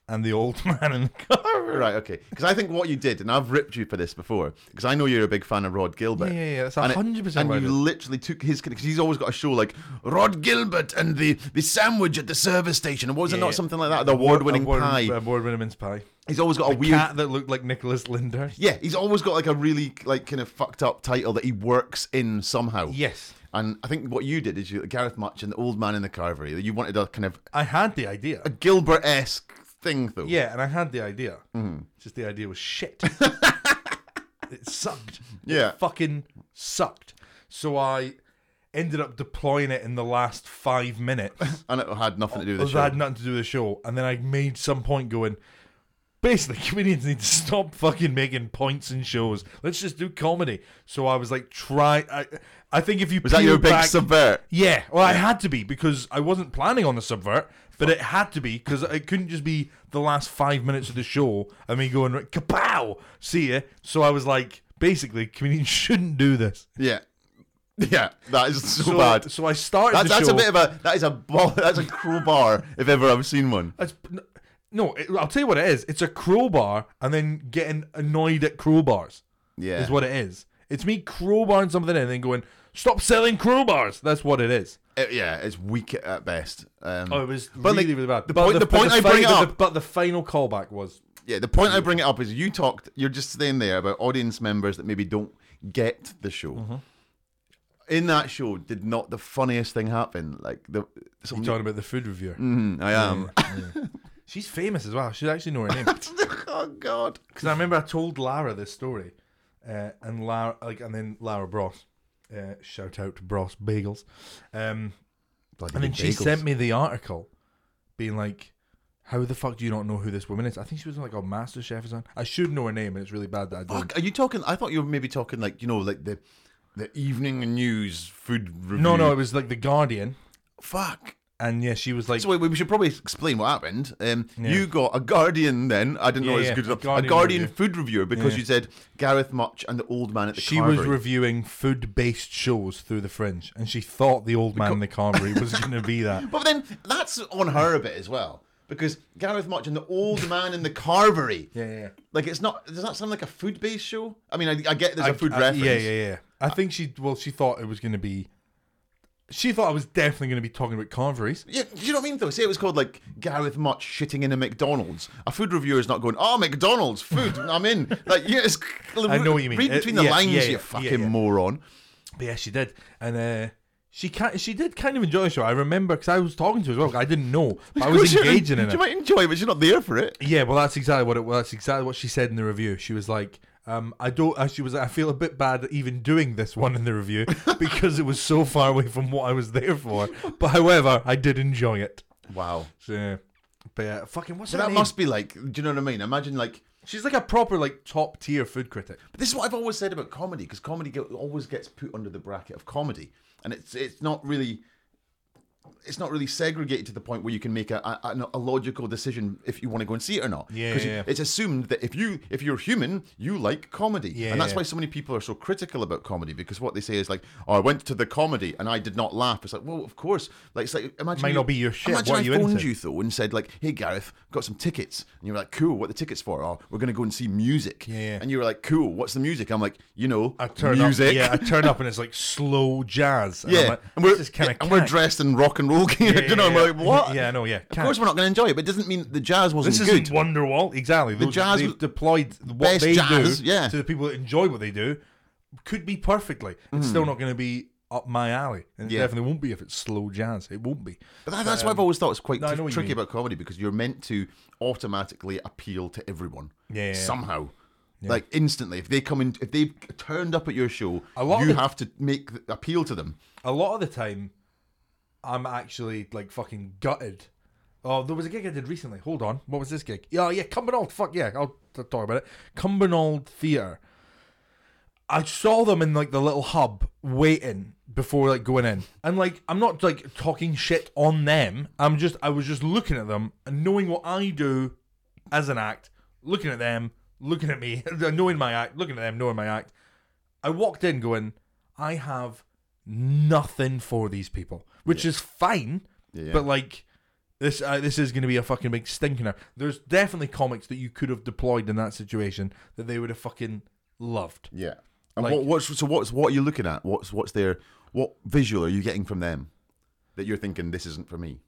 and the old man in the carvery. Right, okay. Because I think what you did, and I've ripped you for this before, because I know you're a big fan of Rod Gilbert. Yeah, yeah, yeah, that's And it- 100% what I And you did. literally took his because he's always got a show like Rod Gilbert and the the sandwich at the service station. Was it Yeah. not something like that? The award-winning Award- pie. Award-winning mince pie. he's always got a weird. Cat that looked like Nicholas Linder. Yeah, he's always got like a really like kind of fucked up title that he works in somehow. Yes. And I think what you did is you Gareth Much and the old man in the carvery. that You wanted a kind of I had the idea. Gilbert esque thing though. Yeah, and I had the idea. Mm. Just the idea was shit. it sucked. Yeah. It fucking sucked. So I ended up deploying it in the last five minutes. And it had nothing to do with the That show. had nothing to do with the show. And then I made some point going, basically, comedians need to stop fucking making points in shows. Let's just do comedy. So I was like, try. I, I think if you Was that your peel big back- subvert? yeah, well, I had to be because I wasn't planning on the subvert, but it had to be because it couldn't just be the last five minutes of the show and me going right, kapow, see ya. So I was like, basically, comedians shouldn't do this. Yeah. Yeah, that is so, So, bad. so I started. That's, the that's show, a bit of a that is a ball, that's a crowbar if ever I've seen one. That's, no, it, I'll tell you what it is. It's a crowbar and then getting annoyed at crowbars. Yeah, Is what it is. It's me crowbarring something and then going, "Stop selling crowbars." That's what it is. It- Uh, yeah, it's weak at best. Um, Oh, it was But, really, like, really bad. the But point- the but point I fi- bring but the- up- but the final callback was yeah. The point I bring it up is you talked. You're just saying there about audience members that maybe don't get the show. Mm-hmm. In that show, did not the funniest thing happen? Like the You some, talking about the food reviewer? Mm, I am. She's famous as well. She actually know her name because oh God. I remember I told Lara this story, uh, and Lara like and then Lara Bros, uh, shout out to Bros Bagels, um, Bloody and then big she bagels. sent me the article, being like, "How the fuck do you not know who this woman is?" I think she was like on Master Chef or something. I should know her name, and it's really bad that I didn't. Fuck, are you talking? I thought you were maybe talking like you know like the the evening news food review. No, no, it was like the Guardian. Fuck. and yeah, she was like, So wait, we should probably explain what happened. Um, You got a Guardian then. I didn't know Yeah, it was yeah, good a enough. A Guardian, Guardian review. food reviewer because Yeah. you said Gareth Much and the old man at the she was Carvery. reviewing food-based shows through the fringe, and she thought the old man in the carvery was going to be that. But then that's on her a bit as well. Because Gareth Much and the old man in the Carvery. Yeah, yeah, yeah. Like it's not does that sound like a food based show? I mean I, I get there's a I- food I- reference. uh, Yeah, yeah, yeah. I think she well, she thought it was going to be. She thought I was definitely going to be talking about carveries. Yeah, do you know what I mean though? Say it was called like Gareth Much shitting in a McDonald's. A food reviewer is not going, "Oh, McDonald's food, I'm in." Like, yeah, it's, I know what you mean. Read It- between the yeah, lines, yeah, you yeah, fucking yeah, yeah. moron. But yeah, she did, and uh, she can She did kind of enjoy the show. I remember because I was talking to her as well. 'cause I didn't know, but I Of course was you- engaging in You it. might enjoy it, but you're not there for it. Yeah, well, that's exactly what it. Well, that's exactly what she said in the review. She was like, um, "I don't." uh, She was. like, I feel a bit bad even doing this one in the review because it was so far away from what I was there for. But however, I did enjoy it. Wow. So, yeah. but yeah, fucking what's So her that name? must be like, do you know what I mean? Imagine like She's like a proper like top tier food critic. But this is what I've always said about comedy because comedy get, always gets put under the bracket of comedy, and it's it's not really it's not really segregated to the point where you can make a a, an- a logical decision if you want to go and see it or not. Yeah, 'Cause you- yeah, yeah. it's assumed that if you if you're human, you like comedy, Yeah, and that's yeah. why so many people are so critical about comedy because what they say is like, "Oh, I went to the comedy and I did not laugh." It's like, well, of course, like it's like imagine Might you- not be your shit. Imagine What I are you phoned into? you though and said like, "Hey Gareth, got some tickets," and you were like, "Cool, what are the tickets for?" Oh, we're gonna go and see music. Yeah, yeah. And and you were like, "Cool, what's the music?" I'm like, "You know, I turn music." up, yeah, I turn up and it's like slow jazz. And Yeah. I'm like, and we're this is kind yeah, of and we're dressed in rock and roll gear. you know, and we're like, "What?" Yeah, I know, yeah. Of course, we're not going to enjoy it, but it doesn't mean the jazz wasn't This good. isn't Wonderwall. Exactly. The jazz jazz was- they've deployed what best they jazz, do yeah. to the people that enjoy what they do could be perfectly. It's still not going to be up my alley. And Mm. Yeah. it definitely won't be if it's slow jazz. It won't be. but that, that's why I've always thought it's quite um, no, I tr- know what you tricky mean. about comedy because you're meant to automatically appeal to everyone. Yeah, yeah, yeah. Somehow. Like instantly, if they come in, if they've turned up at your show, A lot you of the- have to make the, appeal to them. a lot of the time, I'm actually like fucking gutted. Oh, there was a gig I did recently. Hold on, what was this gig? Oh, Yeah, yeah, Cumbernauld. Fuck yeah, I'll t- talk about it. Cumbernauld Theatre. I saw them in like the little hub waiting before like going in, and like I'm not like talking shit on them. I'm just I was just looking at them and knowing what I do as an act, looking at them, looking at me, knowing my act, looking at them, knowing my act. I walked in going, I have nothing for these people, which is fine, yeah. but like this, uh, this is going to be a fucking big stinker. There's definitely comics that you could have deployed in that situation that they would have fucking loved. Yeah. And Like- what, what's so what's what are you looking at? What's what's their what visual are you getting from them that you're thinking this isn't for me?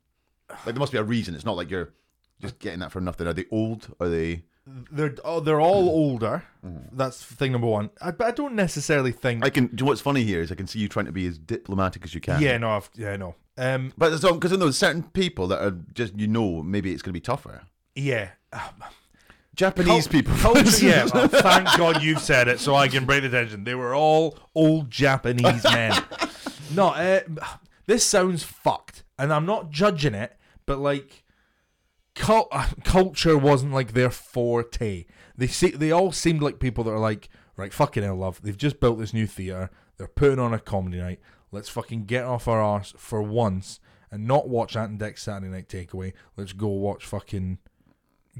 Like there must be a reason. It's not like you're just getting that from nothing. Are they old? Are they? They're oh, they're all Mm. older. That's thing number one. I, but I don't necessarily think. I can. Do you know what's funny here is I can see you trying to be as diplomatic as you can. yeah, no, I've, yeah, no. Um, But because then there's certain people that are just you know maybe it's going to be tougher. yeah. Japanese Cul- people. Culture, yeah. well, thank God you've said it, so I can break the tension. They were all old Japanese men. no, uh, this sounds fucked, and I'm not judging it, but like, cul- uh, culture wasn't like their forte. They se- they all seemed like people that are like, right, fucking hell, love. They've just built this new theater. They're putting on a comedy night. Let's fucking get off our arse for once and not watch Ant and Deck's Saturday Night Takeaway. Let's go watch fucking.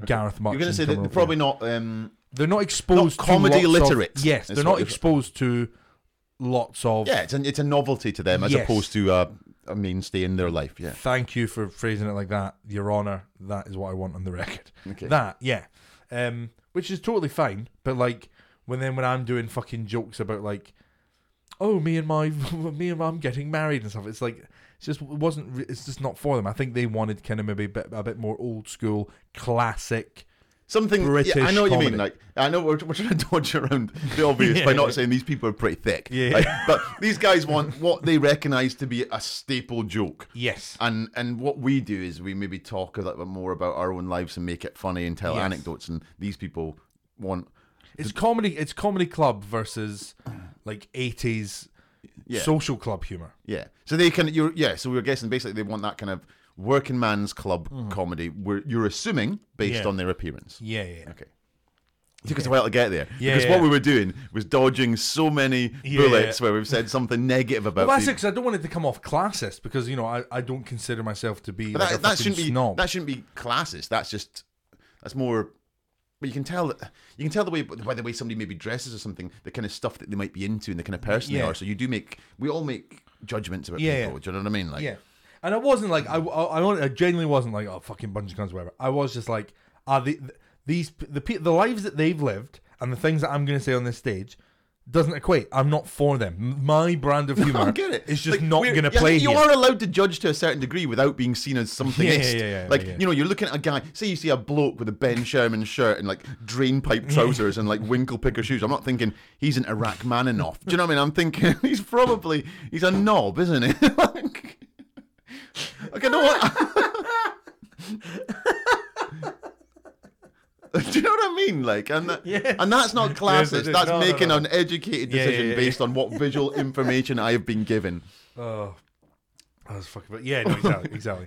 Gareth Much. You're going to and say that Cumberland they're Farrell. probably not. Um, They're not exposed Not to comedy lots of- literate, yes, is they're what not you're- exposed to lots of. yeah, it's a, it's a novelty to them as Yes. opposed to uh, a mainstay in their life. Yeah. Thank you for phrasing it like that, Your Honour. That is what I want on the record. Okay. That, yeah, um, which is totally fine. But like when then when I'm doing fucking jokes about like, oh me and my me and I'm getting married and stuff. It's like it's just it wasn't. re- It's just not for them. I think they wanted kind of maybe a bit, a bit more old school, classic. something British yeah, I know what you mean. comedy. Like I know we're, we're trying to dodge around the obvious by not saying these people are pretty thick. Yeah. Like, but these guys want what they recognise to be a staple joke. Yes. And and what we do is we maybe talk a little bit more about our own lives and make it funny and tell Yes. anecdotes. And these people want It's comedy. It's comedy club versus like eighties Yeah. social club humor. yeah. So they can you're yeah. So we were guessing basically they want that kind of working man's club comedy. Where you're assuming based Mm-hmm. Yeah. on their appearance. Yeah, yeah. yeah. Okay. took us a while to get there Yeah, because yeah. what we were doing was dodging so many Yeah. bullets where we've said something negative about Well, that's people. because I don't want it to come off classist because you know I, I don't consider myself to be But like a that, that fucking shouldn't be snob. that shouldn't be classist. That's just that's more. But you can tell that you can tell the way by the way somebody maybe dresses or something, the kind of stuff that they might be into and the kind of person Yeah. they are. So you do make we all make judgments about Yeah, people. yeah. Do you know what I mean? Like yeah, and I wasn't like I I, I don't- I genuinely wasn't like oh fucking bunch of guns or whatever. I was just like are the, these the pe- the lives that they've lived and the things that I'm going to say on this stage. Doesn't equate. I'm not for them. M- My brand of humor I get it. is just Like, not we're- going to yeah, play You here. are allowed to judge to a certain degree without being seen as something. Yeah, yeah, ist. yeah, yeah, like yeah. you know, you're looking at a guy. Say you see a bloke with a Ben Sherman shirt and like drain pipe trousers and like winkle picker shoes. I'm not thinking he's an Iraq man enough. Do you know what I mean? I'm thinking he's probably he's a knob, isn't he? like, okay, no. What? Do you know what I mean? Like, and that, Yes. and that's not classist. it is. that's No, no, making no. an educated Yeah, yeah, decision yeah. based on what visual information I have been given. Oh, I was fucking. But yeah, no, exactly, exactly.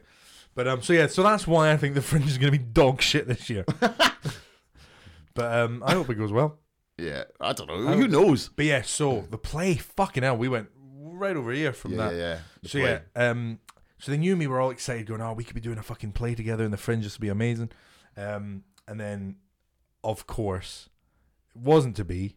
But um, so yeah, so that's why I think the fringe is going to be dog shit this year. but um, I hope it goes well. Yeah, I don't know. Who knows? But yeah, so the play, fucking hell, we went right over here from Yeah, that. yeah. The So play. yeah, um, so they knew me. We're all excited, going, "Oh, we could be doing a fucking play together, and the fringe this would be amazing." Um, and then, of course, it wasn't to be.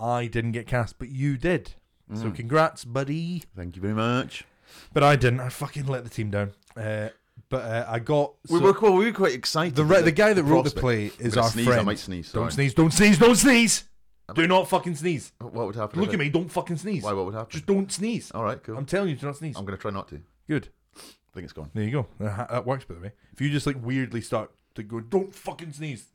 I didn't get cast, but you did. Mm. So congrats, buddy. Thank you very much. But I didn't. I fucking let the team down. Uh, but uh, I got We so were cool. We were quite excited. the re- with the guy that wrote the prospect. play I'm is gonna our sneeze, friend. I might sneeze. Don't sorry. sneeze! Don't sneeze! Don't sneeze! Do not fucking sneeze! What would happen? Look if at I- me! Don't fucking sneeze! Why? What would happen? Just don't sneeze! All right, cool. I'm I'm, telling you, do not sneeze. gonna try not to. I Good. think it's gone. There you go. That ha- that works, by the way. If you just like weirdly start to go, don't fucking sneeze,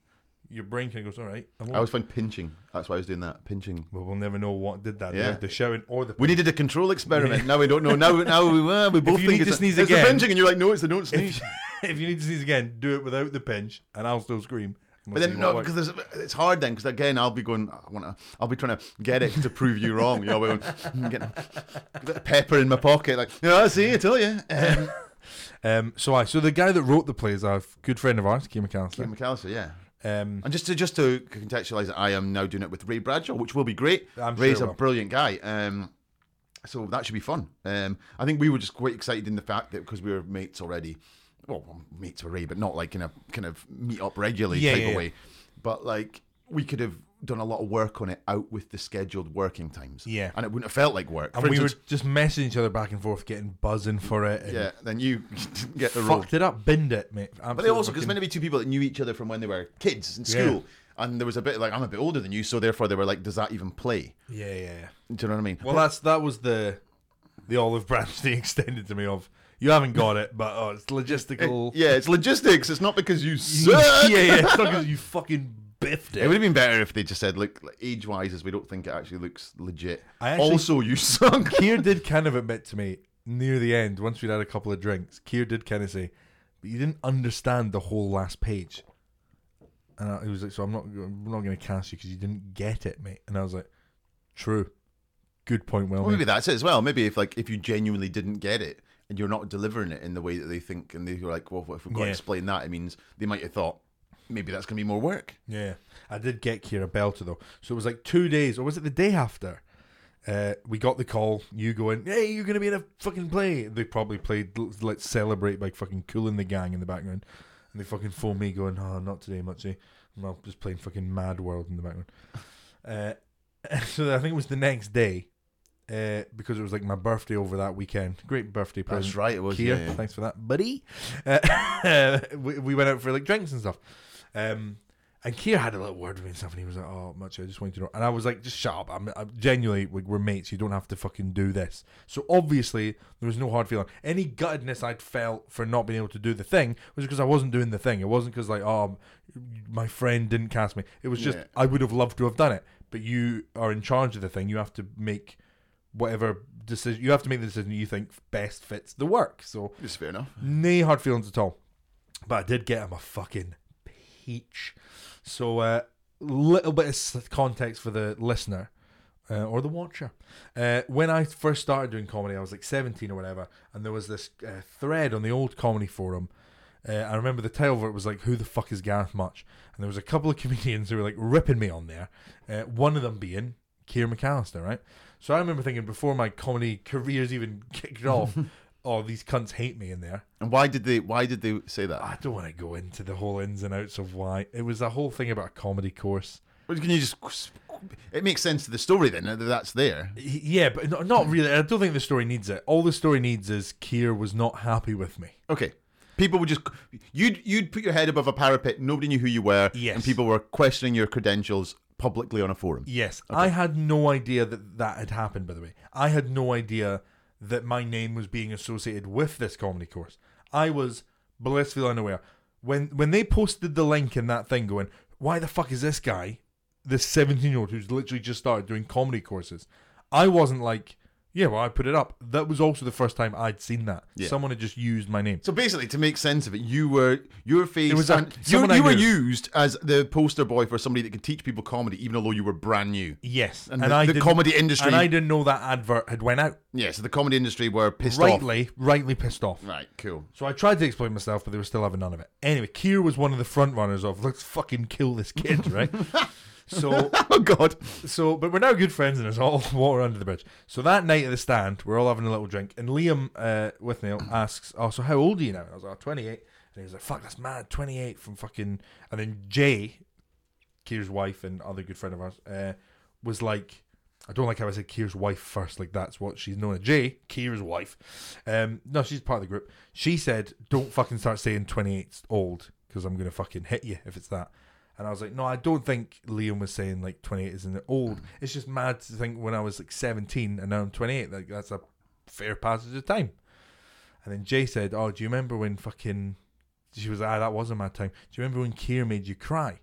your brain kind of goes, all right. I won't." I always find pinching. That's why I was doing that. Pinching. Well, we'll never know what did that. Yeah. The, the shouting or the. We needed a control experiment. Now we don't know. Now, now we, uh, we both you think need to it's, sneeze it's again- the pinching, and you're like, no, it's the don't sneeze. If, if you need to sneeze again, do it without the pinch, and I'll still scream. and But we'll then see what no, works. because there's, it's hard then. Because again, I'll be going. I want to. I'll be trying to get it to prove you wrong. You know, I'll be going, "Hmm, getting a bit of pepper in my pocket. Like, no, I see. I tell you. Um, Um, so I so the guy that wrote the play is a f- good friend of ours, Kim Ian McAllister. McAllister, yeah. Um, And just to just to contextualize, it, I am now doing it with Ray Bradshaw, which will be great. I'm sure Ray's it a will. brilliant guy. Um, so that should be fun. Um, I think we were just quite excited in the fact that because we were mates already, well, we're mates with Ray, but not like in a kind of meet up regularly Yeah, type yeah, of yeah. way. But like we could have done a lot of work on it out with the scheduled working times. Yeah. and it wouldn't have felt like work. and For we instance, were just messaging each other back and forth, getting buzzing for it. And yeah. Then you didn't get the role. fucked it up, binned it, mate. But they also, because it's meant to be two people that knew each other from when they were kids in school. And there was a bit like, I'm a bit older than you, so therefore they were like, does that even play? yeah, yeah, yeah. Do you know what I mean? Well, that's that was the the olive branch they extended to me of you haven't got it, but oh, it's logistical. yeah, it's logistics. It's not because you suck. yeah, yeah. It's not 'cause you fucking biffed It it. would have been better if they just said, look, like, age wise, as we don't think it actually looks legit. I actually- also, you suck. Keir did kind of admit to me near the end, once we'd had a couple of drinks, Keir did kind of say, "But you didn't understand the whole last page." And I, he was like, "So I'm not, I'm not going to cast you because you didn't get it, mate." And I was like, "True, good point, well Well, made." maybe that's it as well. Maybe if like if you genuinely didn't get it and you're not delivering it in the way that they think, and they're like, well, if we've got Yeah. to explain that, it means they might have thought maybe that's going to be more work. Yeah, I did get Kira Belter though. So it was like two days, or was it the day after? Uh, we got the call. You going, hey, you're gonna be in a fucking play. They probably played L- "Let's Celebrate" by fucking Cool and the Gang in the background, and they fucking phoned me going, oh, not today, Muchie. And I'm just playing fucking Mad World in the background. Uh, so I think it was the next day, uh, because it was like my birthday over that weekend. Great birthday present. That's right, it was. Here, yeah, yeah. thanks for that, buddy. Uh, we, we went out for like drinks and stuff. Um, and Kier had a little word with himself, and he was like, "Oh, much. I just wanted to know." And I was like, "Just shut up. I'm, I'm genuinely like, we're mates. You don't have to fucking do this." So obviously, there was no hard feeling. Any guttedness I'd felt for not being able to do the thing was because I wasn't doing the thing. It wasn't because like, "Oh, my friend didn't cast me." It was just Yeah. I would have loved to have done it, but you are in charge of the thing. You have to make whatever decision. You have to make the decision you think best fits the work. So It's fair enough. no hard feelings at all. But I did get him a fucking peach. So a uh, little bit of s- context for the listener uh, or the watcher. Uh, when I first started doing comedy, I was like 17 or whatever, and there was this uh, thread on the old comedy forum Uh, I remember the title of it was like, "Who the fuck is Gareth Much?" And there was a couple of comedians who were like ripping me on there. Uh, one of them being Keir McAllister, right? So I remember thinking before my comedy career's even kicked off, "Oh, these cunts hate me in there." And why did they? Why did they say that? I don't want to go into the whole ins and outs of why. It was a whole thing about a comedy course. Well, Can you just? It makes sense to the story then that that's there. Y- Yeah, but not, not really. I don't think the story needs it. All the story needs is Keir was not happy with me. Okay. People would just you'd you'd put your head above a parapet. Nobody knew who you were, Yes. and people were questioning your credentials publicly on a forum. Yes, I had no idea that that had happened. By the way, I had no idea that my name was being associated with this comedy course. I was blissfully unaware when when they posted the link in that thing, going, "Why the fuck is this guy, this seventeen year old who's literally just started doing comedy courses?" I wasn't like, "Yeah, well, I put it up." That was also the first time I'd seen that. Yeah. Someone had just used my name. So basically, to make sense of it, you were your face. was a- and you, someone I you were knew. used as the poster boy for somebody that could teach people comedy, even although you were brand new. Yes, And the- the didn't- comedy industry- and I didn't know that advert had went out. Yeah, so the comedy industry were pissed off. Rightly, rightly pissed off. Right, cool. So I tried to explain myself, but they were still having none of it. Anyway, Kier was one of the front runners of let's fucking kill this kid, right? so Oh God, so but we're now good friends and it's all water under the bridge. So that night at the stand, we're all having a little drink, and Liam uh, Withnail asks, "Oh, so how old are you now?" And I was like, "28," and he was like, "Fuck, that's mad, 28 from fucking." And then Jay, Kier's wife and other good friend of ours, uh, was like, "I don't like how I said Kier's wife first. Like that's what she's known as. Jay, Kier's wife. Um, no, she's part of the group. She said, "Don't fucking start saying 28 old because I'm gonna fucking hit you if it's that." And I was like, no, I don't think Liam was saying like 28 isn't old. It's just mad to think when I was like 17 and now I'm 28. Like, that's a fair passage of time. And then Jay said, oh, do you remember when fucking. She was like, ah, that was a mad time. Do you remember when Keir made you cry?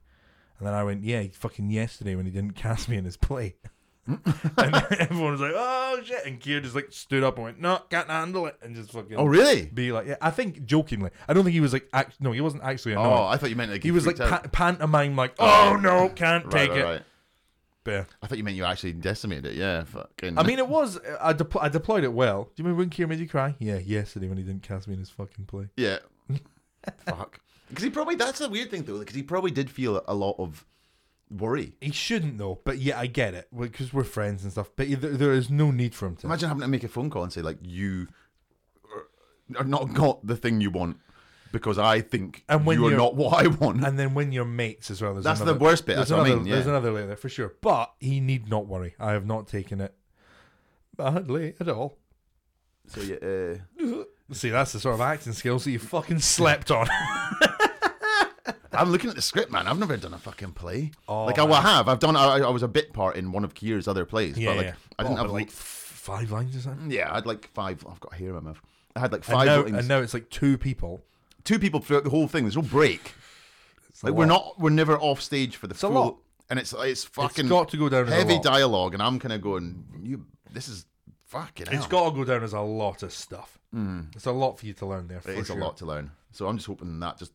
And then I went, yeah, fucking yesterday when he didn't cast me in his play. and then everyone was like, oh, shit. And Keir just like stood up and went, no, can't handle it. And just fucking. Oh really? Be like, yeah, I think jokingly. I don't think he was like, act- no, he wasn't actually annoyed. Oh, I thought you meant like He was like freaked pa- out. pantomime, like, "Oh no, can't Right, take right, it." right. But, yeah. I thought you meant you actually decimated it. Yeah, fucking. I mean, it was uh, I, depl- I deployed it well. Do you remember when Kier made you cry? Yeah, yesterday when he didn't cast me in his fucking play. Yeah. Fuck. Because he probably, that's the weird thing though, because he probably did feel a lot of worry. He shouldn't though, but yeah, I get it because we're friends and stuff. But yeah, there, there is no need for him to. Imagine having to make a phone call and say, like, you are- are not got the thing you want because I think And when you are you're- not what I want. and then when you're mates as well, there's That's the another- worst bit, There's that's what I another, mean, yeah. there's another layer there for sure. But he need not worry. I have not taken it badly at all. so, yeah, uh, See, that's the sort of acting skills that you fucking slept on. I'm looking at the script, man. I've never done a fucking play. Oh, like, I, well, I have. I've done, I, I was a bit part in one of Keir's other plays, yeah, but like, yeah. I didn't Oh, have but, like, like f- five lines or something. yeah, I had like five, I've got a hair in my mouth. I had like And five now, lines. and now it's like two people. two people throughout the whole thing. There's no break. Like we're not, we're never off stage for the a full, lot. and it's it's fucking got to go down as a heavy lot. dialogue, and I'm kind of going, you, this is fucking. It's hell. got to go down as a lot of stuff. It's a lot for you to learn there. For Hmm. It is sure. a lot to learn. So I'm just hoping that just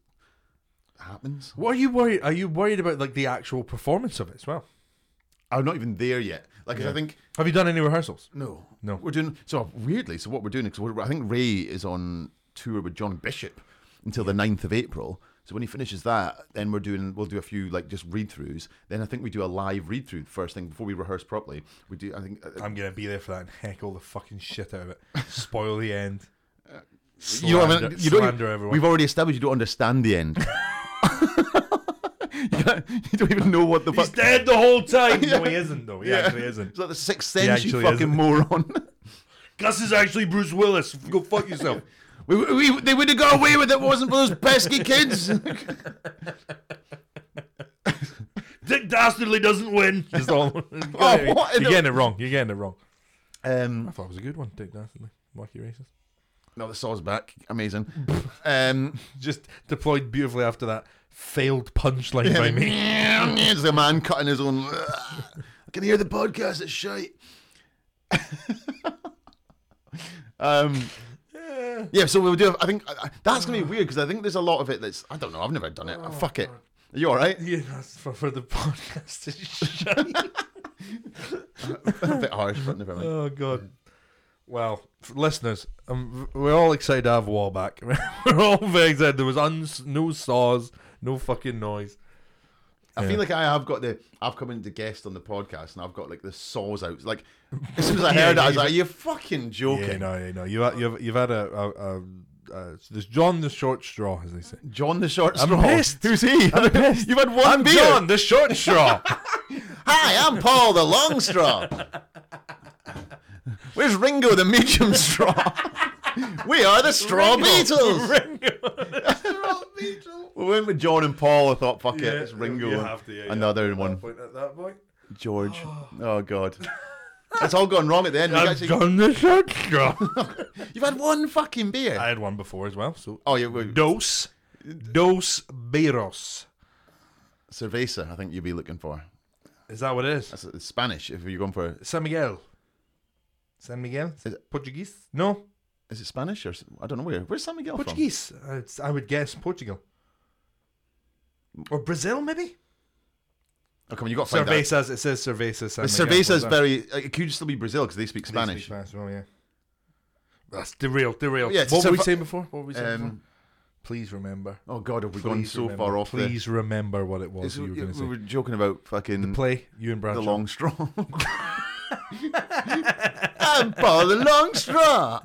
happens. What are you worried? Are you worried about like the actual performance of it as well? I'm not even there yet. Like 'cause I think Have you done any rehearsals? no, No. we're doing so weirdly. So what we're doing because I think Ray is on tour with John Bishop until the 9th of April. So when he finishes that, then we're doing we'll do a few like just read throughs. Then I think we do a live read through first thing before we rehearse properly. We do I think uh, I'm gonna be there for that and heck all the fucking shit out of it. Spoil the end. you don't, Slander- you don't slander everyone. We've already established you don't understand the end. you, don't- you don't even know what the He's fuck. dead the whole time. No, he isn't though. He actually It's isn't. like the sixth He sense, you actually fucking isn't. moron. Gus is actually Bruce Willis. Go fuck yourself. we, we, they would have got away with it if it wasn't for those pesky kids. Dick Dastardly doesn't win. Just all- Oh, what in You're the- getting it wrong. You're getting it wrong. I um, thought it was a good one. Dick Dastardly. Lucky racist. no, the saw's back. Amazing. Um, Just deployed beautifully after that failed punchline by me. it's a um, man cutting his own. I can hear the podcast. It's shite. um, yeah, so we'll do. I think I- I- that's gonna be weird because I think there's a lot of it that's I don't know. I've never done Oh, it. Fuck it. Are you all right? Yeah, that's for, for the podcast to shine. a bit harsh, but never mind. oh god. Well, f- listeners, um, we're all excited to have Wall back. we're all very excited. There was uns- no saws, no fucking noise. I Yeah. feel like I have got the I've come in to guest on the podcast and I've got like the saws out. It's Like as soon as I heard it, I was yeah. like, "You're fucking joking." Yeah, no, yeah, no. You, ha- you've, you've had a, a, a, a there's John the short straw, as they say. John the short I'm straw. pissed. Who's he? You've had one I'm beer. John the short straw. Hi, I'm Paul the long straw. Where's Ringo the medium straw? we are the straw beetles. We went with John and Paul. I thought, fuck it, it's Ringo. You and have to, yeah, yeah. another one, Point at that point. George. Oh god, it's all gone wrong at the end. We've I'm actually- John the short straw. You've had one fucking beer. I had one before as well. So oh yeah, well, dos, dos beros. cerveza. I think you'd be looking for. Is that what it is? That's it's Spanish. If you're going for, San Miguel. San Miguel? Is Portuguese? No, is it Spanish or I don't know where? Where's San Miguel from? Portuguese. Uh, it's- I would guess Portugal. Or Brazil, maybe? Oh come on, you got to find out. Cervezas. It says cerveza. San The Miguel, cerveza is but very. like, It could still be Brazil because they speak they speak Spanish. Spanish, oh, yeah. That's derailed, derailed. Yeah, it's what were we cerve- saying before? What were we saying before? Um, Please remember. oh god, have we Please gone so remember. far off? Please remember what it the, was it's, you were going to we say. were joking about fucking the, Play, you and Bradshaw. long straw. I'm Paul the long straw.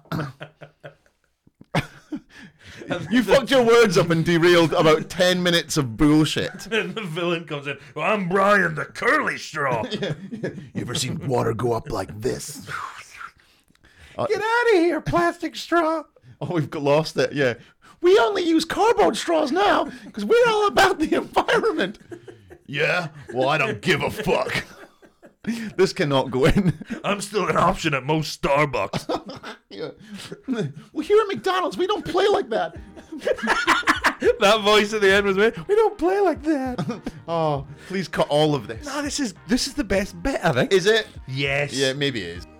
you fucked your words up and derailed about ten minutes of bullshit. and the villain comes in. Well, I'm Brian the curly straw. You ever seen water go up like this? Get out of here, plastic straw. Uh, Oh, we've got lost it. Yeah, we only use cardboard straws now because we're all about the environment. Yeah? Well, I don't give a fuck. This cannot go in. I'm still an option at most Starbucks. Yeah. Well, here at McDonald's, we don't play like that. that voice at the end was me. We don't play like that. Oh, please cut all of this. no, this is this is the best bit, I think. Is it? yes. Yeah, maybe it is.